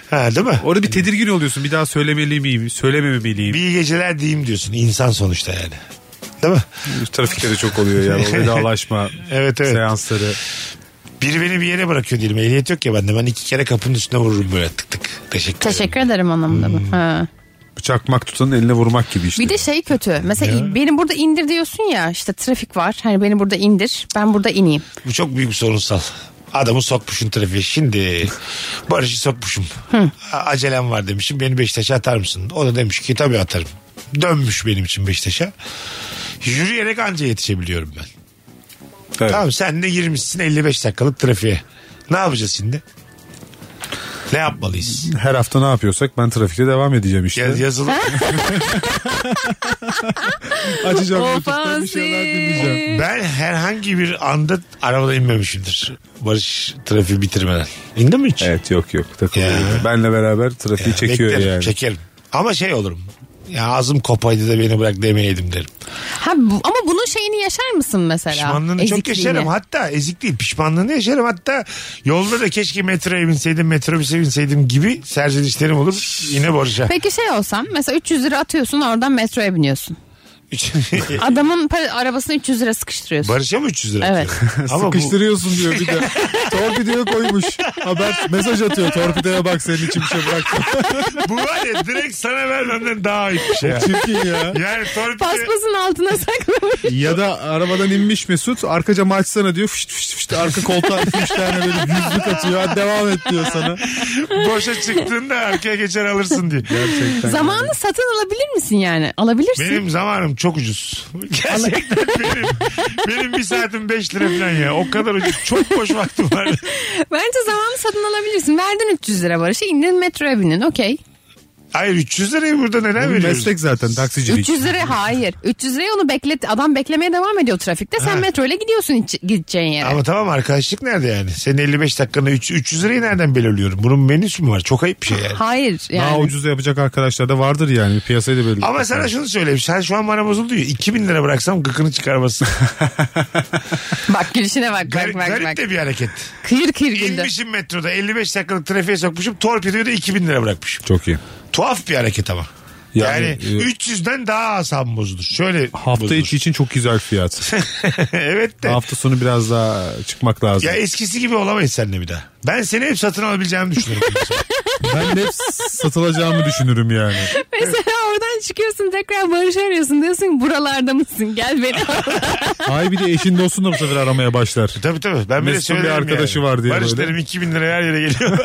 S3: Ha, değil mi?
S5: Orada bir tedirgin oluyorsun bir daha söylemeli miyim söylememeliyim.
S3: Bir iyi geceler diyeyim diyorsun. İnsan sonuçta yani. Değil mi?
S5: Trafikte de çok oluyor ya
S3: (laughs)
S5: o vedalaşma
S3: Evet, evet.
S5: seansları.
S3: Biri beni bir yere bırakıyor diyelim. Ehliyet yok ya bende. Ben iki kere kapının üstüne vururum böyle tık tık. Teşekkür, ederim.
S4: Teşekkür ederim anlamında bu. Ha.
S5: Bıçakmak tutanın eline vurmak gibi işte.
S4: Bir de şey kötü. Mesela beni burada indir diyorsun ya işte trafik var. Hani beni burada indir. Ben burada ineyim.
S3: Bu çok büyük bir sorunsal. Adamı sokmuşum trafiğe. Şimdi Barış'ı sokmuşum. A- Acelem var demişim. Beni Beşiktaş'a atar mısın? O da demiş ki tabii atarım. Dönmüş benim için Beşiktaş'a. Yürüyerek anca yetişebiliyorum ben.
S5: Evet.
S3: Tamam sen de girmişsin 55 dakikalık trafiğe. Ne yapacağız şimdi? Ne yapmalıyız?
S5: Her hafta ne yapıyorsak ben trafikte devam edeceğim işte.
S3: Yaz, yazılı.
S5: Açacağım YouTube'dan bir şeyler dinleyeceğim.
S3: ben herhangi bir anda arabada inmemişimdir. Barış trafiği bitirmeden. İndin mi hiç?
S5: Evet yok yok takılıyor.
S3: Ya.
S5: Benle beraber trafiği
S3: Ya,
S5: çekiyor
S3: beklerim,
S5: yani. (laughs)
S3: Çekerim. Ama şey olurum. Ya ağzım kopaydı da beni bırak demeyeydim derim.
S4: Ha, bu, ama bunun şeyini yaşar mısın mesela?
S3: Pişmanlığını çok
S4: Ezikliğini.
S3: yaşarım. Hatta ezik değil pişmanlığını yaşarım. Hatta yolda da keşke metroya binseydim metrobüse binseydim gibi serzenişlerim olur. Yine Barış'a. (laughs)
S4: Peki şey olsam mesela 300 lira atıyorsun oradan metroya biniyorsun. Adamın para- arabasına 300 lira sıkıştırıyorsun.
S3: Barış'a mı 300 lira?
S4: Evet.
S3: atıyor? Ama bu-
S5: Sıkıştırıyorsun diyor bir de. Torpidoya koymuş. Haber mesaj atıyor. Torpidoya bak senin için bir şey bıraktım.
S3: Bu var ya direkt sana vermemden daha ayıp bir şey. ya.
S5: Çirkin ya.
S3: Yani torpido
S4: Paspasın
S3: (laughs)
S4: altına saklamış.
S5: Ya da arabadan inmiş Mesut. Arka camı açsana diyor. Fışt fışt fışt. Arka koltuğa üç tane böyle yüzlük atıyor. Hadi devam et diyor sana.
S3: boşa çıktığında arkaya geçer alırsın diye.
S5: Gerçekten.
S4: Zamanı satın alabilir misin yani? Alabilirsin.
S3: Benim zamanım çok ucuz. Gerçekten benim. Benim bir saatim 5 lira falan ya. O kadar ucuz. Çok boş vaktim var.
S4: (laughs) Bence zamanı satın alabilirsin. Verdin 300 lira Barış'a indin metroya binin okey.
S3: Hayır 300 lirayı burada neler
S5: Bu bir
S3: veriyoruz?
S5: meslek zaten taksicilik.
S4: 300 lira hayır. 300 liraya onu beklet adam beklemeye devam ediyor trafikte. Sen metroyla gidiyorsun hiç- gideceğin yere.
S3: Ama tamam arkadaşlık nerede yani? Senin 55 dakikanı üç- 300 lirayı nereden belirliyorum? Bunun menüsü mü var? Çok ayıp bir şey yani.
S4: Hayır
S5: Daha
S4: yani.
S5: ucuza yapacak arkadaşlar da vardır yani. Piyasayı da belli.
S3: Ama sana şunu söyleyeyim. Sen şu an bana bozuldu ya. 2000 lira bıraksam gıkını
S4: (laughs)
S3: çıkarmasın.
S4: Bak gülüşüne bak bak
S3: garip,
S4: bak
S3: garip
S4: bak.
S3: de bir hareket.
S4: Kıyır kıyır güldü.
S3: İnmişim metroda 55 dakikalık trafiğe sokmuşum. Torpidoyu da 2000 lira bırakmışım.
S5: Çok iyi.
S3: Tuhaf bir hareket ama. Yani,
S5: Yani, e,
S3: 300'den daha asam bozulur. Şöyle
S5: Hafta
S3: bozulur.
S5: içi için çok
S3: (laughs)
S5: güzel fiyat.
S3: evet de.
S5: Hafta sonu biraz daha çıkmak lazım.
S3: Ya e- eskisi gibi olamayız seninle bir daha. Ben seni hep satın
S5: (laughs)
S3: alabileceğimi düşünüyorum.
S5: Ben de hep satılacağımı düşünürüm yani.
S4: (laughs) Mesela oradan çıkıyorsun tekrar Barış arıyorsun diyorsun ki, buralarda mısın
S3: (laughs)
S4: gel beni al."
S5: Ay bir de eşin dostun da bu sefer aramaya başlar.
S3: Tabii tabii. Ben bile
S5: Mesut'un bir
S3: söylerim
S5: arkadaşı
S3: yani.
S5: var diye
S3: Barış
S5: böyle.
S3: derim 2000 lira her yere
S5: (laughs)
S3: geliyor.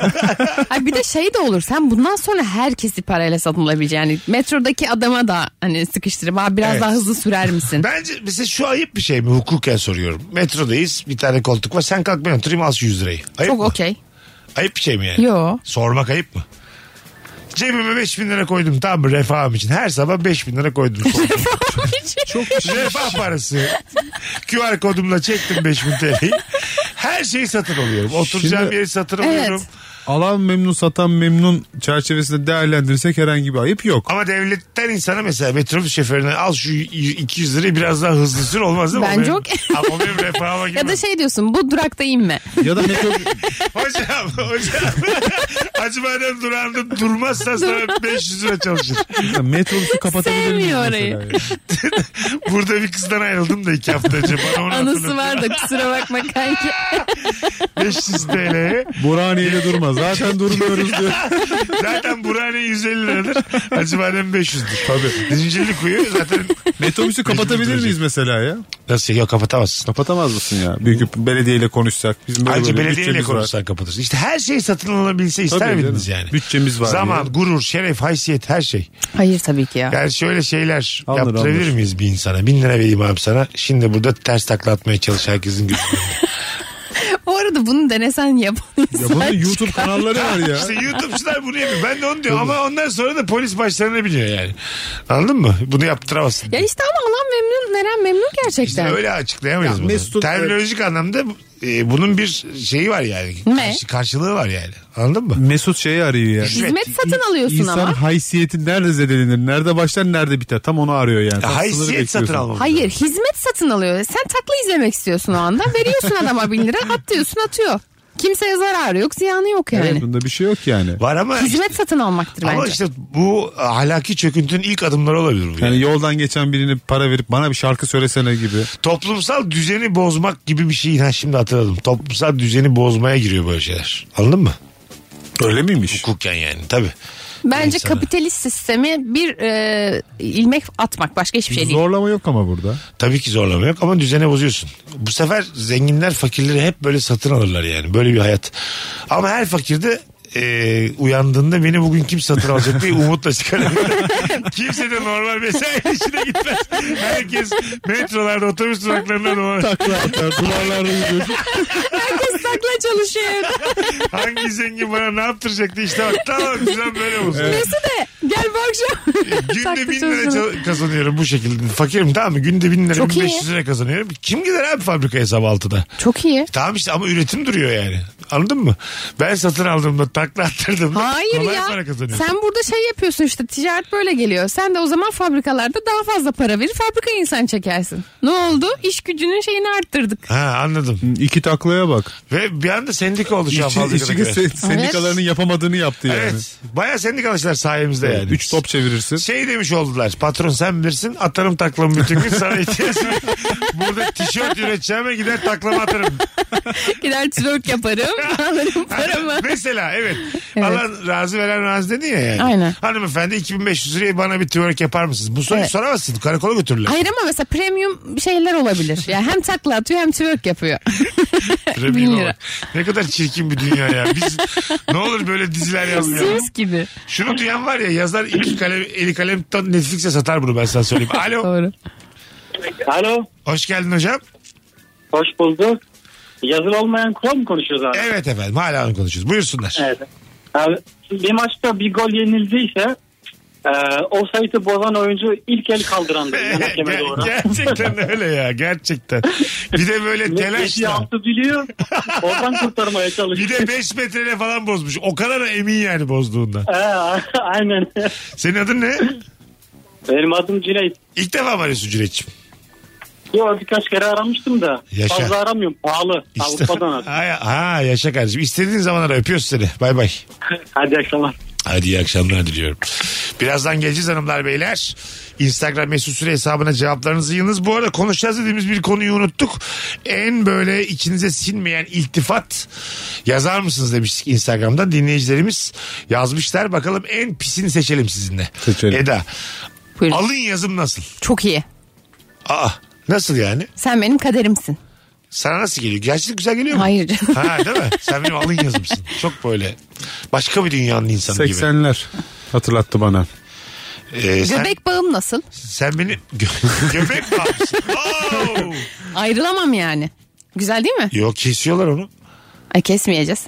S4: Ay bir de şey de olur sen bundan sonra herkesi parayla satın alabilecek. Yani metrodaki adama da hani sıkıştırıp "Abi biraz
S3: Evet.
S4: daha hızlı sürer misin?
S3: Bence mesela şu ayıp bir şey mi? Hukuken soruyorum. Metrodayız bir tane koltuk var. Sen kalk ben oturayım al şu 100 lirayı. Ayıp
S4: Çok
S3: mı?
S4: okey.
S3: Ayıp bir şey mi yani?
S4: Yo.
S3: Sormak ayıp mı? Cebime 5000 lira koydum tamam mı refahım için. Her sabah 5000 lira
S4: (laughs)
S3: koydum.
S5: Çok şey.
S3: Refah parası. QR kodumla çektim 5000 TL'yi. Her şeyi satın alıyorum. Oturacağım
S5: Şimdi-
S3: yeri satın
S4: Evet.
S3: alıyorum.
S5: alan memnun satan memnun çerçevesinde değerlendirirsek herhangi bir ayıp yok.
S3: Ama devletten insana mesela metrobüs şoförüne al şu 200 lirayı biraz daha hızlı sür olmaz değil mi?
S4: Bence
S3: O benim-
S4: okey.
S3: (laughs) Ama o benim refahıma
S4: Ya da
S3: girmez.
S4: şey diyorsun bu
S3: (laughs)
S4: durakta inme.
S5: Ya da metro
S4: şey-
S3: Hocam, hocam. (laughs) Acımadan durağında durmazsan sana 500 lira çalışır.
S5: metrobüsü kapatabilir miyiz
S4: Sevmiyor
S5: mesela?
S4: orayı.
S3: Burada bir kızdan ayrıldım da iki hafta önce. Bana onu
S4: Anısı
S3: hatırlat.
S4: var da kusura bakma kanki.
S3: 500 TL'ye.
S5: Burhaniye'de durma. Zaten durmuyoruz diyor.
S3: Zaten Burhane 150 liradır. Acımadan 500'dür. Tabii. Zincirli kuyu zaten
S5: Metrobüsü kapatabilir miyiz mesela ya?
S3: nasıl ya kapatamazsın.
S5: Kapatamaz mısın ya? Büyük bir belediyeyle konuşsak. Bizim böyle
S3: Ayrıca
S5: böyle
S3: belediyeyle
S5: bütçemiz var.
S3: konuşsan kapatırsın. İşte her şey satın alınabilse ister
S5: Tabii
S3: miydiniz
S5: canım.
S3: yani?
S5: Bütçemiz var
S3: Zaman,
S5: diye.
S3: gurur, şeref, haysiyet her şey.
S4: Hayır tabii ki ya.
S3: Yani şöyle şeyler
S5: Alınır,
S3: yaptırabilir
S5: alınır.
S3: miyiz bir insana? Bin lira vereyim abi sana. Şimdi burada ters takla atmaya çalış herkesin gözünde.
S5: (laughs)
S4: Bu arada bunu denesen yapan
S5: Ya bunun
S4: insan
S5: YouTube kanalları var ya.
S3: İşte YouTube'cular bunu yapıyor. Ben de onu diyorum ama ondan sonra da polis başlarına biliyor yani. Anladın mı? Bunu yaptıramazsın.
S4: Ya işte ama alan memnun, veren memnun
S3: İşte
S4: gerçekten.
S3: öyle açıklayamayız
S5: Ya
S3: bunu.
S5: Mesut-
S3: Terminolojik anlamda e, bunun bir şeyi var yani.
S4: Ne?
S3: Karşı- karşılığı var yani. Anladın mı?
S5: Mesut şeyi arıyor yani.
S4: Hizmet satın alıyorsun
S5: İnsan
S4: ama.
S5: haysiyeti nerede zedelenir? Nerede başlar nerede biter? Tam onu arıyor yani. Tam
S3: Ya,
S5: sınırı
S3: haysiyet
S5: bekliyorsun.
S3: satın almamız.
S4: Hayır hizmet satın alıyor. Sen takla izlemek istiyorsun o anda. Veriyorsun adama bin lira at diyorsun atıyor. Kimseye zararı yok ziyanı yok yani.
S5: Evet, bunda bir şey yok yani.
S3: Var ama işte,
S4: Hizmet satın almaktır
S3: ama
S4: bence.
S3: işte bu ahlaki çöküntünün ilk adımları olabilir bu.
S5: Yani yoldan geçen birine para verip bana bir şarkı söylesene gibi.
S3: Toplumsal düzeni bozmak gibi bir şey. Ha şimdi hatırladım. Toplumsal düzeni bozmaya giriyor böyle şeyler. Anladın mı?
S5: Öyle miymiş?
S3: Hukuken yani tabii.
S4: Bence
S3: insana.
S4: kapitalist sistemi bir e, ilmek atmak başka hiçbir şey değil.
S5: Zorlama yok ama
S3: (laughs)
S5: burada.
S3: Tabii ki zorlama yok ama düzene bozuyorsun. Bu sefer zenginler fakirleri hep böyle satın alırlar yani. Böyle bir hayat. Ama her fakirde e, uyandığında beni bugün kim satın alacak diye umutla çıkarır. (laughs) Kimse de normal mesai işine gitmez. Herkes metrolarda otobüs duraklarında dolanır.
S5: Takla atar, duvarlarla yürür.
S4: Herkes takla çalışıyor evde.
S3: Hangi zengin bana ne yaptıracaktı işte bak tamam düzen böyle olsun.
S4: Mesude gel bu akşam.
S3: (laughs) Günde
S4: Takla
S3: bin lira
S4: çalışıyor.
S3: çal- kazanıyorum bu şekilde. Fakirim tamam mı? Günde bin lira,
S4: Çok iyi.
S3: 1500 lira kazanıyorum. Kim gider abi fabrikaya sabah altıda?
S4: Çok iyi.
S3: Tamam işte ama üretim duruyor yani. Anladın mı? Ben satın aldığımda takla attırdığımda
S4: Hayır
S3: kolay
S4: ya.
S3: para kazanıyorum.
S4: Sen burada şey yapıyorsun işte ticaret böyle geliyor. Sen de o zaman fabrikalarda daha fazla para verir fabrika insan çekersin. Ne oldu? İş gücünün şeyini arttırdık. (laughs)
S3: Ha anladım.
S5: İki taklaya bak.
S3: Ve bir anda sendika oldu şu an
S5: İşçi,
S3: fabrikada.
S5: işçi
S3: göre.
S5: se- sendikalarının yapamadığını yaptı yani.
S3: Evet. Baya sendikalaşlar sayemizde yani.
S5: Üç top çevirirsin.
S3: Şey demiş oldular. Patron sen bilirsin atarım taklamı bütün gün sana ihtiyacım. yok. (laughs) Burada tişört üreteceğime gider taklama atarım.
S4: Gider twerk yaparım. (laughs) Alırım paramı.
S3: (laughs) Mesela evet.
S4: (laughs) Evet.
S3: Alan razı veren razı dedi ya yani.
S4: Aynen.
S3: Hanımefendi 2500 liraya bana bir twerk yapar mısınız? Bu soruyu
S4: Evet.
S3: soramazsın. Karakola götürürler.
S4: Hayır ama mesela premium şeyler olabilir. Yani hem takla atıyor hem
S3: (laughs)
S4: twerk yapıyor.
S3: Premium
S4: Bin
S3: ama.
S4: lira.
S3: Ne kadar çirkin bir dünya ya.
S4: (laughs)
S3: Biz ne olur böyle diziler yazmayalım.
S4: Sims gibi.
S3: Şunu duyan var ya yazar iki kalem, eli kalem tutan Netflix'e satar bunu ben sana söyleyeyim. Alo.
S4: Doğru.
S7: Alo,
S3: Hoş geldin hocam.
S7: hoş bulduk. Yazılı olmayan kural mı konuşuyoruz abi?
S3: Evet efendim hala onu konuşuyoruz. Buyursunlar.
S7: Evet. Abi, bir maçta bir gol yenildiyse e, offside'ı bozan oyuncu ilk
S3: (laughs)
S7: el kaldırandır. Yani hakeme
S3: Ger-
S7: doğru. (laughs)
S3: gerçekten öyle ya gerçekten. Bir de böyle
S7: Eşi
S3: telaşla.
S7: yaptı biliyor. Oradan
S3: (laughs)
S7: kurtarmaya
S3: Bir
S7: çalışıyor.
S3: de 5 metrede falan bozmuş. O kadar emin yani bozduğundan.
S7: Ee, aynen.
S3: Senin adın ne?
S7: Benim adım Cüneyt.
S3: İlk defa mı arıyorsun Cüneyt'ciğim?
S7: Yo birkaç kere aramıştım da.
S3: Yaşa.
S7: Fazla aramıyorum. Pahalı.
S3: İşte- (laughs)
S7: Avrupa'dan aradım.
S3: ha, ha, yaşa kardeşim. İstediğin zaman ara. Öpüyoruz seni. Bay bay.
S7: Hadi iyi akşamlar.
S3: Hadi iyi akşamlar diliyorum. Birazdan geleceğiz hanımlar beyler. Instagram mesut süre hesabına cevaplarınızı yığınız. Bu arada konuşacağız dediğimiz bir konuyu unuttuk. En böyle içinize sinmeyen iltifat yazar mısınız demiştik Instagram'da. Dinleyicilerimiz yazmışlar. Bakalım en pisini seçelim sizinle.
S5: Seçelim.
S3: Eda.
S4: Buyurun.
S3: Alın yazım nasıl?
S4: Çok iyi.
S3: Aa nasıl yani?
S4: Sen benim kaderimsin.
S3: Sana nasıl geliyor? Gerçekten güzel geliyor mu?
S4: Hayır canım.
S3: Ha değil mi? Sen benim alın yazımsın. Çok böyle başka bir dünyanın insanı gibi.
S5: 80'ler hatırlattı bana.
S3: Ee, sen,
S4: Göbek bağım nasıl?
S3: sen beni gö- (laughs) göbek mi yapsın? Oo!
S4: Ayrılamam yani. Güzel değil mi?
S3: Yok kesiyorlar onu.
S4: Ay kesmeyeceğiz.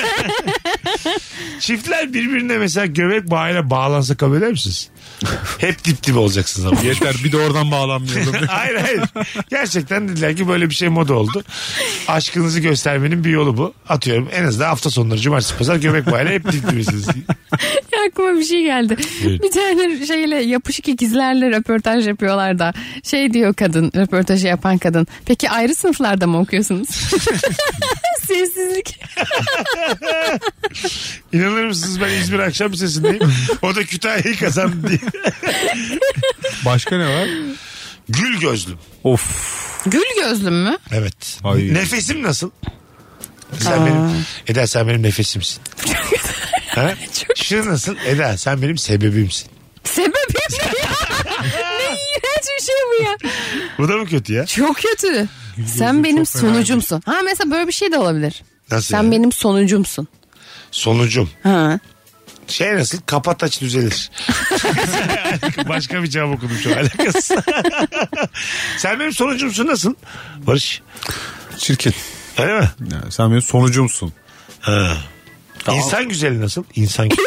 S4: (laughs)
S3: Çiftler birbirine mesela göbek bağıyla bağlansa kabul eder misiniz? Hep dip dip olacaksınız
S5: (laughs)
S3: ama.
S5: Yeter bir de
S3: (laughs)
S5: oradan bağlanmayalım.
S3: hayır hayır. Gerçekten dediler ki böyle bir şey moda oldu. Aşkınızı göstermenin bir yolu bu. Atıyorum en azından hafta sonları cumartesi pazar göbek bağıyla hep dip dibisiniz.
S4: Aklıma bir şey geldi.
S3: Evet.
S4: Bir tane şeyle yapışık ikizlerle röportaj yapıyorlar da. Şey diyor kadın, röportajı yapan kadın. Peki ayrı sınıflarda
S3: (laughs)
S4: mı okuyorsunuz? Sessizlik.
S3: İnanır mısınız ben İzmir akşam sesindeyim. O da Kütahya'yı kazandı diye.
S5: Başka ne var?
S3: Gül gözlüm.
S5: Of.
S4: Gül gözlüm mü?
S3: Evet.
S5: Ay.
S3: Nefesim nasıl? Sen benim Eda sen benim nefesimsin. ha? Şu nasıl? Eda sen benim sebebimsin.
S4: Sebebi ne
S3: (laughs)
S4: ya? ne iğrenç bir şey bu ya.
S3: Bu da mı kötü ya?
S4: Çok kötü. Sen benim sonucumsun. Ha mesela böyle bir şey de olabilir.
S3: Nasıl
S4: Sen
S3: yani?
S4: benim sonucumsun.
S3: Sonucum.
S4: Ha.
S3: Şey nasıl? Kapat aç (laughs) düzelir. Başka bir cevap okudum şu an. alakası. sen benim sonucumsun nasıl? Barış.
S5: Çirkin.
S3: Öyle mi?
S5: Ya sen benim sonucumsun.
S3: İnsan Ee, güzeli nasıl? İnsan güzeli.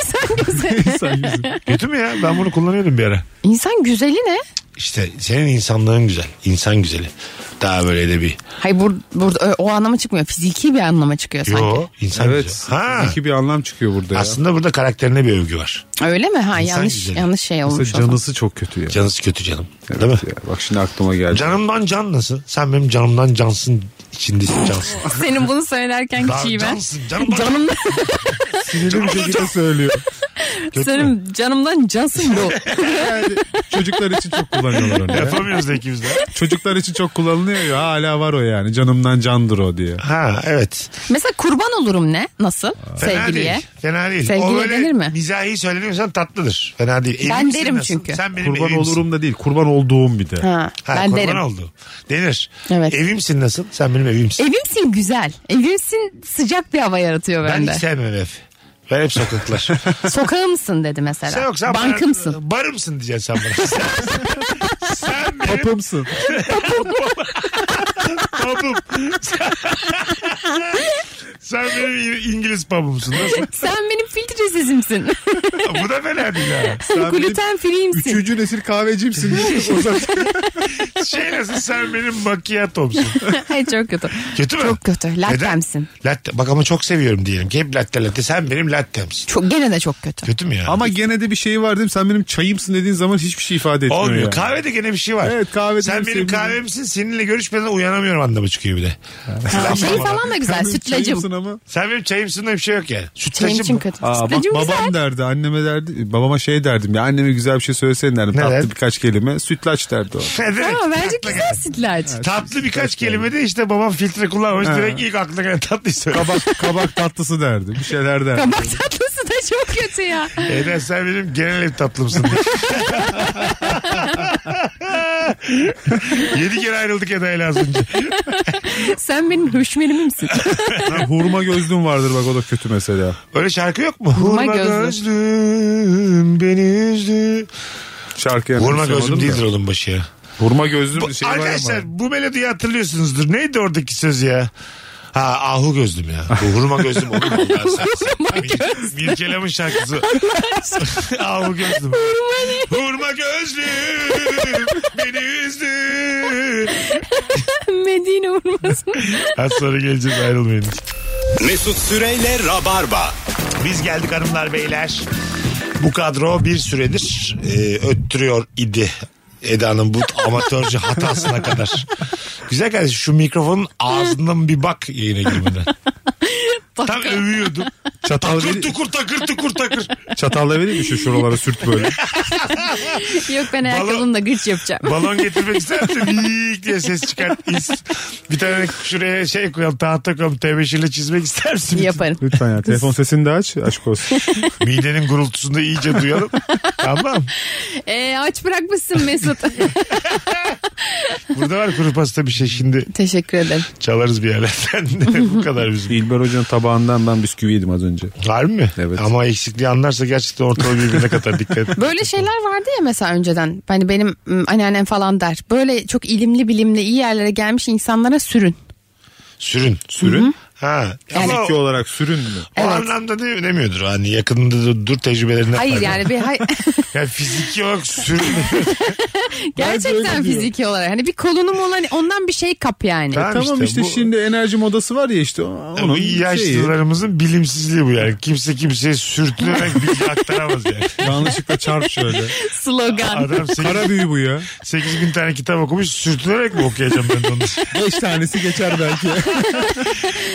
S5: (laughs) Sen bizim-
S3: kötü mü ya? Ben bunu kullanıyordum bir ara.
S4: İnsan güzeli ne?
S3: İşte senin insanlığın güzel. İnsan güzeli. Daha böyle edebi.
S4: Hayır bur- burada ö- o anlama çıkmıyor. Fiziki bir anlama çıkıyor sanki.
S3: Yo insan
S5: evet.
S3: güzeli. Ha.
S5: iki bir anlam çıkıyor burada ya.
S3: Aslında burada karakterine bir övgü var.
S4: Öyle mi? Ha
S3: İnsan
S4: yanlış
S3: güzeli.
S4: yanlış şey
S5: Mesela
S4: olmuş. o zaman.
S5: canısı çok kötü ya.
S3: Canısı kötü canım.
S5: Evet
S3: Değil mi?
S5: ya. Bak şimdi aklıma geldi.
S3: Canımdan can nasıl? Sen benim canımdan cansın içindesin
S4: (laughs)
S3: cansın.
S4: Senin bunu söylerken
S3: Daha
S4: kişiyim ben.
S3: cansın canımdan.
S4: Canımdan,
S5: Sinirli bir şekilde söylüyor.
S4: senin canımdan cansın bu.
S5: Yani çocuklar için çok kullanıyorlar onu. ya.
S3: Yapamıyoruz da ikimiz de.
S5: Çocuklar için çok kullanılıyor ya hala var o yani canımdan candır o diye.
S3: Ha evet.
S4: Mesela kurban olurum ne? Nasıl?
S3: Fena
S4: Sevgiliye.
S3: değil. Fena değil.
S4: Sevgiliye
S3: o böyle
S4: denir mi?
S3: mizahi söyleniyorsan tatlıdır. Fena değil.
S4: Ben
S3: Evimsin
S4: derim
S3: nasıl?
S4: çünkü.
S3: Sen benim
S5: Kurban
S3: evimsin.
S5: olurum da değil kurban olduğum bir de.
S4: Ha,
S3: Ha,
S4: ben
S3: kurban
S4: derim.
S3: oldu. Denir.
S4: Evet.
S3: Evimsin nasıl? Sen benim evimsin.
S4: Evimsin güzel. Evimsin sıcak bir hava yaratıyor
S3: ben
S4: bende.
S3: hiç sevmem ev. Ben hep
S4: (laughs)
S3: sokaklar.
S4: Sokağımsın dedi mesela.
S3: Şey sen yoksa
S4: Bankımsın.
S3: Bana, barımsın diyeceksin sen
S4: (laughs)
S3: bana. Sen- sen benim
S5: Papımsın.
S3: pubum. Sen- sen benim İ- İngiliz pubumsun. Nasıl?
S4: Sen
S3: (laughs)
S4: benim filtresizimsin.
S3: Bu da fena değil ha.
S5: Sen benim
S4: Gluten (laughs) free'imsin.
S5: Üçüncü nesil kahvecimsin. (laughs) O zaman-
S3: Şey nasıl sen benim macchiato'msun.
S4: Ay çok kötü.
S3: Kötü mü?
S4: Çok kötü. Lattemsin.
S3: Neden? Latte. Bak ama çok seviyorum diyelim ki hep latte latte. Sen benim lattemsin.
S4: Çok, gene de çok kötü.
S3: Kötü mü ya?
S5: Ama gene de bir şey var değil mi? Sen benim çayımsın dediğin zaman hiçbir şey ifade etmiyor.
S3: Olmuyor.
S5: yani.
S3: Kahvede gene bir şey var.
S5: Evet, kahvede
S3: Sen
S5: bir
S3: benim
S5: şey-
S3: kahvemsin. Seninle görüşmeden uyanamıyorum anlamı çıkıyor bir de.
S4: Ha, şey falan da
S5: Sen
S4: güzel.
S5: benim
S3: şey
S4: Sütlacım.
S5: çayımsın ama.
S3: Sen benim çayımsın da bir şey yok yani.
S4: Çayım
S3: Sütlacım
S4: için
S3: mı? (laughs)
S4: kötü.
S5: Aa, bak
S4: Sütlacım
S5: babam
S4: güzel.
S5: derdi anneme derdi babama şey derdim ya anneme güzel bir şey söylesene derdim
S3: Ne
S5: tatlı
S3: der?
S5: birkaç kelime sütlaç derdi o.
S3: Ne demek?
S4: Ama bence
S3: Tatlı
S4: güzel
S3: gelen.
S4: sütlaç.
S3: Tatlı birkaç kelime de işte babam filtre kullanmış.
S5: Ha.
S3: Direkt ilk aklına gelen tatlıyı (laughs) söylüyor.
S5: kabak, kabak tatlısı derdi bir şeyler derdi.
S4: Kabak tatlısı da çok kötü ya.
S3: Eden sen benim genel ev tatlımsın. diye. (laughs) Yedi kere ayrıldık Eda'yla az önce.
S4: Sen benim höşmerimimsin.
S5: Ha, hurma gözlüm vardır bak o da kötü mesela.
S3: Öyle şarkı yok mu?
S4: Hurma gözlüm.
S3: gözlüm beni üzdü.
S5: Şarkı yani
S3: Hurma
S5: konuşamadım
S3: gözlüm
S5: da.
S3: değildir oğlum başı ya.
S5: Hurma gözlüm
S3: Bu-
S5: bir şey var ama.
S3: arkadaşlar bu melodiyi hatırlıyorsunuzdur. Neydi oradaki söz ya? Ha ahu gözlüm ya. Bu hurma gözlüm olur mu? Allah sen- sen- Mir- Mirkelam'ın şarkısı. ahu gözlüm. Hurma gözlüm beni üzdü.
S4: Medine vurmasın.
S3: Az sonra geleceğiz ayrılmayın.
S2: Mesut Süreyle Rabarba.
S3: Biz geldik hanımlar beyler. Bu kadro bir süredir e, öttürüyor idi. Eda'nın bu amatörce hatasına kadar. Güzel kardeşim şu mikrofonun ağzından bir bak yayına girmeden. Tam
S4: dakika.
S3: övüyordum.
S5: Çatal
S3: Takır
S5: veri,
S3: tukur takır tukur takır.
S5: çatalla vereyim mi şu şuralara sürt böyle.
S4: (laughs) Yok ben ayakkabımla gırç yapacağım. (laughs)
S3: Balon getirmek ister misin? Viik diye ses çıkart. İs. Bir tane şuraya şey koyalım tahta koyalım tebeşirle çizmek ister misin?
S4: Yaparım.
S5: Lütfen ya telefon sesini de aç aşk olsun.
S3: Midenin gurultusunu iyice duyalım. tamam.
S4: Ee, aç bırakmışsın Mesut.
S3: Burada var kuru pasta bir şey şimdi
S4: (laughs) Teşekkür ederim.
S3: çalarız bir yerlerden. (laughs)
S4: (laughs)
S3: Bu kadar bizim.
S5: İlber Hoca'nın tabağından ben bisküvi yedim az önce.
S3: Var mı?
S5: Evet.
S3: Ama eksikliği anlarsa gerçekten ortalığı birbirine kadar
S4: (laughs)
S3: dikkat.
S4: Böyle şeyler vardı ya mesela önceden. Hani benim m, anneannem falan der. Böyle çok ilimli bilimli iyi yerlere gelmiş insanlara sürün.
S3: Sürün.
S5: Sürün.
S3: Ha.
S4: Yani-
S3: Ama
S5: Bitki
S3: o,
S5: olarak sürün mü?
S3: o anlamda ne demiyordur. Hani yakında da dur tecrübelerinden.
S4: Hayır
S3: faydalan.
S4: yani bir hay-
S3: Yani fiziki olarak sürün.
S4: (laughs) gerçekten fiziki olarak. Hani bir kolunu mola hani ondan bir şey kap yani.
S3: Tamam
S5: Tamam
S3: işte
S5: işte
S3: bu-
S5: şimdi enerji modası var ya işte o-
S3: Bu
S5: (laughs) onun şey- şeyi.
S3: yaşlılarımızın bilimsizliği bu yani. Kimse kimseye
S4: (laughs)
S3: sürtünerek bilgi aktaramaz yani.
S5: Yanlışlıkla çarp şöyle.
S4: (laughs)
S3: (laughs)
S4: Slogan.
S3: Adam
S5: (laughs) Kara
S3: 8,
S5: büyü bu ya.
S3: bin tane kitap okumuş sürtünerek mi okuyacağım ben de
S4: (laughs)
S3: onu?
S5: Beş tanesi geçer belki.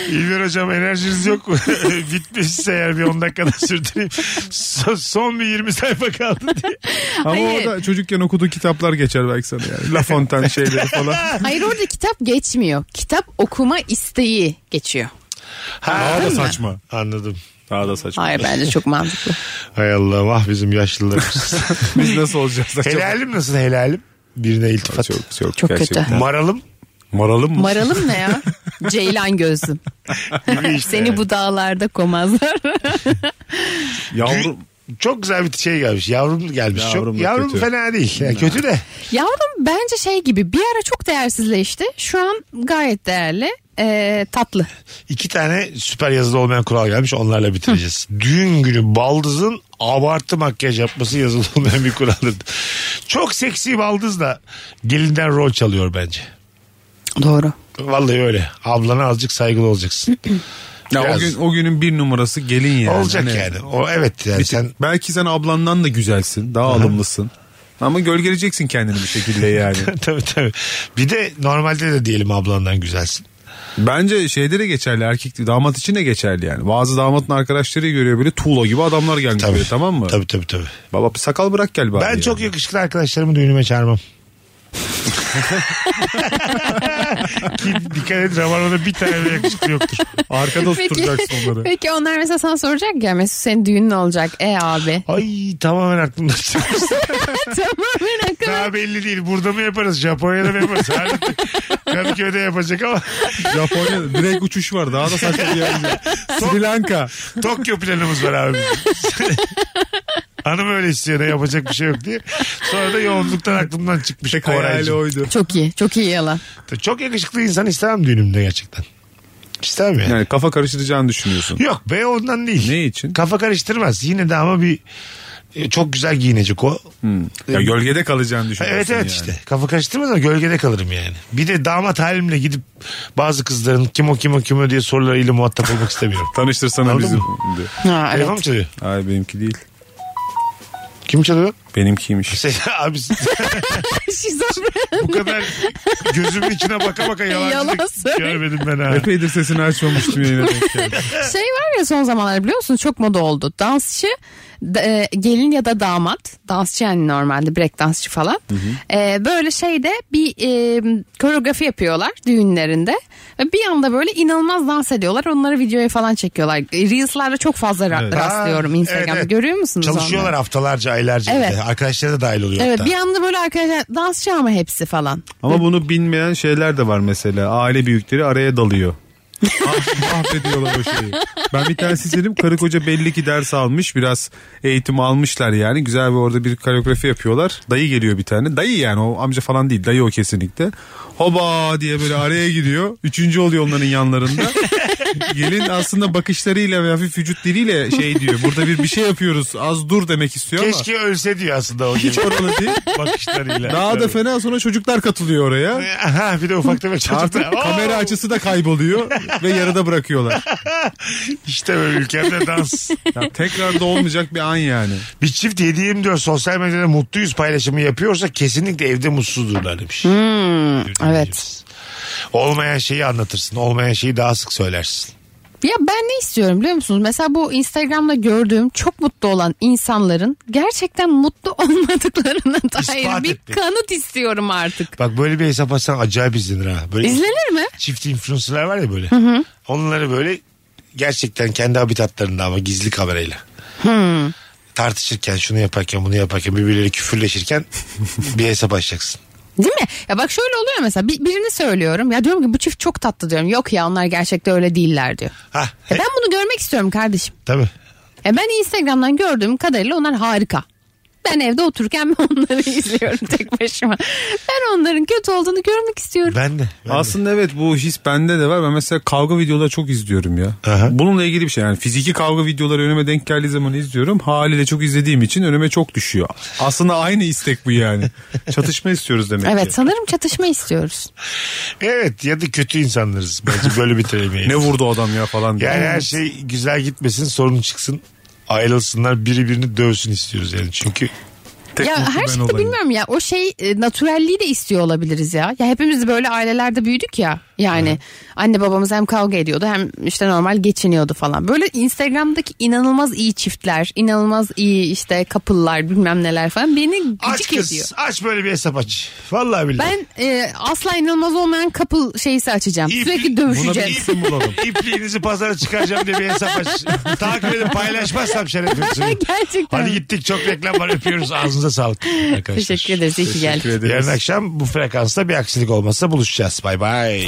S3: İlber hocam enerjiniz yok mu? (laughs) Bitmişse eğer bir 10 dakikada sürtüneyim. So- son bir 20 sayfa kaldı diye.
S5: Ama
S4: Hayır.
S5: o da çocukken okuduğu kitaplar geçer belki sana yani. La Fontaine şeyleri falan.
S4: Hayır orada kitap geçmiyor. Kitap okuma isteği geçiyor.
S3: Ha,
S5: Daha da (laughs) saçma.
S3: Anladım.
S5: Daha da saçma.
S4: Hayır bence çok mantıklı.
S3: Hay Allah vah bizim (laughs) yaşlılarımız.
S5: Biz nasıl olacağız? acaba?
S3: helalim nasıl helalim? Birine iltifat.
S5: Çok, çok,
S4: Çok kötü.
S5: gerçekten.
S3: Maralım
S5: Maralım mı?
S4: Maralım ne ya? (laughs) Ceylan gözlüm.
S3: gibi işte.
S4: Seni bu dağlarda komazlar. (laughs)
S5: Yavrum.
S3: Çok güzel bir şey gelmiş. Yavrum gelmiş.
S5: Yavrum
S3: çok,
S5: da
S3: yavrum
S5: kötü.
S3: fena değil. Yani kötü de.
S4: Yavrum bence şey gibi bir ara çok değersizleşti. Şu an gayet değerli. Ee,
S3: (laughs)
S4: tatlı.
S3: İki tane süper yazılı olmayan kural gelmiş onlarla bitireceğiz. Düğün günü baldızın abartı makyaj yapması yazılı olmayan bir kuraldır. Çok seksi baldız da gelinden rol çalıyor bence.
S4: Doğru.
S3: Vallahi öyle. Ablana azıcık saygılı olacaksın.
S5: Ya o,
S3: Biraz.
S5: gün, o günün bir numarası gelin yani.
S3: Olacak
S5: Hani
S3: yani. O evet yani
S5: bir
S3: sen
S5: tık- belki sen ablandan da güzelsin. Daha alımlısın. Ama gölgeleyeceksin kendini bir
S3: (laughs)
S5: şekilde yani.
S3: tabii tabii. Bir de normalde de diyelim ablandan güzelsin.
S5: Bence şeyde de geçerli erkek damat için de geçerli yani. Bazı damatın arkadaşları görüyor böyle tuğla gibi adamlar gelmiş
S3: Tabii.
S5: böyle tamam mı?
S3: Tabii tabii tabii.
S5: Baba bir sakal bırak gel bari.
S3: Ben
S5: yani.
S3: çok yakışıklı arkadaşlarımı düğünüme çağırmam. Ki dikkat et Rabarba'da bir tane bile yakışıklı yoktur.
S5: Arkada
S4: Peki,
S5: tutturacaksın onları.
S4: peki onlar mesela sana soracak ya Mesut senin düğünün olacak. E
S3: (laughs)
S4: abi.
S3: Ay tamamen aklımdan çıkmış.
S4: Tamamen akıllı.
S3: Daha belli değil. Burada mı yaparız? Japonya'da mı yaparız? Halbuki Kadıköy'de yapacak ama (laughs)
S5: Japonya'da direkt uçuş var daha da saçma bir yer. Sri Lanka.
S3: Tokyo planımız var abi. bizim. Hanım öyle istiyor da yapacak bir şey yok diye. Sonra da yoğunluktan aklımdan çıkmış.
S5: Tek hayali
S3: Koraycığım.
S5: oydu.
S4: Çok iyi. Çok iyi yalan.
S3: Çok yakışıklı insan istemem düğünümde gerçekten. İstemem yani.
S5: Yani kafa karıştıracağını düşünüyorsun.
S3: Yok be ondan değil.
S5: Ne için?
S3: Kafa karıştırmaz. Yine de ama bir e, çok güzel giyinecek o.
S5: Ya gölgede kalacağını
S3: Ha,
S5: düşünüyorsun
S3: Evet evet
S5: yani.
S3: işte. Kafa karıştırmaz ama gölgede kalırım yani. Bir de damat halimle gidip bazı kızların kim o kim o kim o diye sorularıyla muhatap olmak istemiyorum.
S5: Tanıştırsana
S3: Anladın
S5: bizi. de.
S4: Ha, (laughs) evet.
S3: Telefon mu çalıyor?
S5: Ay benimki değil.
S3: Kim çalıyor?
S5: Benimkiymiş.
S3: Sen, Şey, (laughs) abi
S4: Şizofren.
S3: bu kadar gözümün içine baka baka
S4: Yalan
S3: yalancılık
S4: söyle.
S3: görmedim ben ha.
S5: Epeydir sesini açmamıştım yayına denk geldi.
S4: şey var ya son zamanlarda biliyor musun çok moda oldu. Dansçı da- e, gelin ya da damat dansçı yani normalde break dansçı falan E, böyle şeyde bir e, koreografi yapıyorlar düğünlerinde ve bir anda böyle inanılmaz dans ediyorlar onları videoya falan çekiyorlar E, reels'larda çok fazla ra-
S5: Evet.
S4: rastlıyorum
S3: Ha,
S4: Instagram'da
S3: evet, evet.
S4: görüyor musunuz
S3: Çalışıyorlar
S4: onları?
S3: haftalarca aylarca.
S4: Evet.
S3: Evet. Arkadaşları da dahil oluyor
S4: Evet
S3: hatta.
S4: bir anda böyle arkadaşlar dansçı ama hepsi falan.
S5: Ama bunu bilmeyen şeyler de var mesela. Aile büyükleri araya dalıyor. Ah- Mahvediyorlar o şeyi. Ben bir tanesi dedim karı koca belli ki ders almış biraz eğitim almışlar yani güzel bir orada bir koreografi yapıyorlar. Dayı geliyor bir tane dayı yani o amca falan değil dayı o kesinlikle. Hoba diye böyle araya gidiyor. Üçüncü oluyor onların yanlarında. Gelin aslında bakışlarıyla ve hafif vücut diliyle şey diyor burada bir bir şey yapıyoruz az dur demek istiyor ama.
S3: Keşke ölse diyor aslında o
S5: Hiç
S3: gibi
S5: oralı değil.
S3: bakışlarıyla.
S5: Daha da
S3: Evet.
S5: fena sonra çocuklar katılıyor oraya.
S3: (laughs) Aha, bir de ufak tefek
S5: Artık
S3: çocuklar. Oo!
S5: kamera açısı da kayboluyor ve yarıda bırakıyorlar.
S3: İşte böyle ülkemde
S5: (laughs)
S3: dans.
S5: Ya tekrar da olmayacak bir an yani.
S3: Bir çift 7-24 sosyal medyada mutluyuz paylaşımı yapıyorsa kesinlikle evde mutsuzdurlar demiş. Bir dinleyicimiz. Olmayan şeyi anlatırsın. Olmayan şeyi daha sık söylersin.
S4: Ya ben ne istiyorum biliyor musunuz? Mesela bu Instagram'da gördüğüm çok mutlu olan insanların gerçekten mutlu (laughs) olmadıklarına dair
S3: İspat
S4: bir
S3: ettik.
S4: kanıt istiyorum artık.
S3: Bak böyle bir hesap açsan acayip izlenir ha. Böyle
S4: İzlenir mi?
S3: çift influencerlar var ya böyle. Onları böyle gerçekten kendi habitatlarında ama gizli kamerayla.
S4: Hmm.
S3: Tartışırken şunu yaparken bunu yaparken birbirleri
S4: (laughs)
S3: küfürleşirken bir hesap açacaksın.
S4: Değil mi? Ya bak şöyle oluyor mesela bir- birini söylüyorum. Ya diyorum ki bu çift çok tatlı diyorum. Yok ya onlar gerçekte öyle değiller diyor.
S3: Ha,
S4: Ya ben bunu görmek istiyorum kardeşim.
S3: tabii.
S4: E ben Instagram'dan gördüğüm kadarıyla onlar harika. Ben evde otururken (laughs) ben onları izliyorum tek başıma. Ben onların kötü olduğunu görmek istiyorum.
S3: Ben de. ben de.
S5: Aslında evet bu his bende de var. Ben mesela kavga videoları çok izliyorum ya.
S3: Aha.
S5: Bununla ilgili bir şey yani fiziki kavga videoları önüme denk geldiği zaman izliyorum. Haliyle çok izlediğim için önüme çok düşüyor. Aslında aynı istek bu yani. Çatışma istiyoruz demek
S4: Evet
S5: ki.
S4: sanırım çatışma istiyoruz.
S3: Evet ya da kötü insanlarız. Bence böyle bitirelim yayını.
S5: Ne vurdu adam ya falan. diye.
S3: Yani her şey güzel gitmesin sorun çıksın ayrılsınlar biri birini dövsün istiyoruz yani çünkü
S5: Tek
S4: ya
S5: mutlu
S4: her
S5: ben
S4: şeyde
S5: olayım.
S4: bilmiyorum ya o şey e, natürelliği de istiyor olabiliriz ya. Ya hepimiz böyle ailelerde büyüdük ya. Yani anne babamız hem kavga ediyordu hem işte normal geçiniyordu falan. Böyle Instagram'daki inanılmaz iyi çiftler, inanılmaz iyi işte kapıllar bilmem neler falan beni
S3: aç
S4: gıcık
S3: kız
S4: ediyor.
S3: aç böyle bir hesap aç. Vallahi billahi.
S4: Ben e, asla inanılmaz olmayan kapıl şeysi açacağım.
S3: İp-
S4: Sürekli
S5: Buna
S4: dövüşeceğiz.
S5: bir isim bulalım.
S3: İpliğinizi pazara çıkaracağım diye bir hesap aç. Takip edip paylaşmazsam şeref yoksun.
S4: (laughs) Gerçekten.
S3: Hadi gittik çok reklam var öpüyoruz ağzınıza sağlık arkadaşlar.
S4: Teşekkür ederiz. İyi ki geldin.
S3: Yarın akşam bu frekansta bir aksilik olmazsa buluşacağız. Bay bay.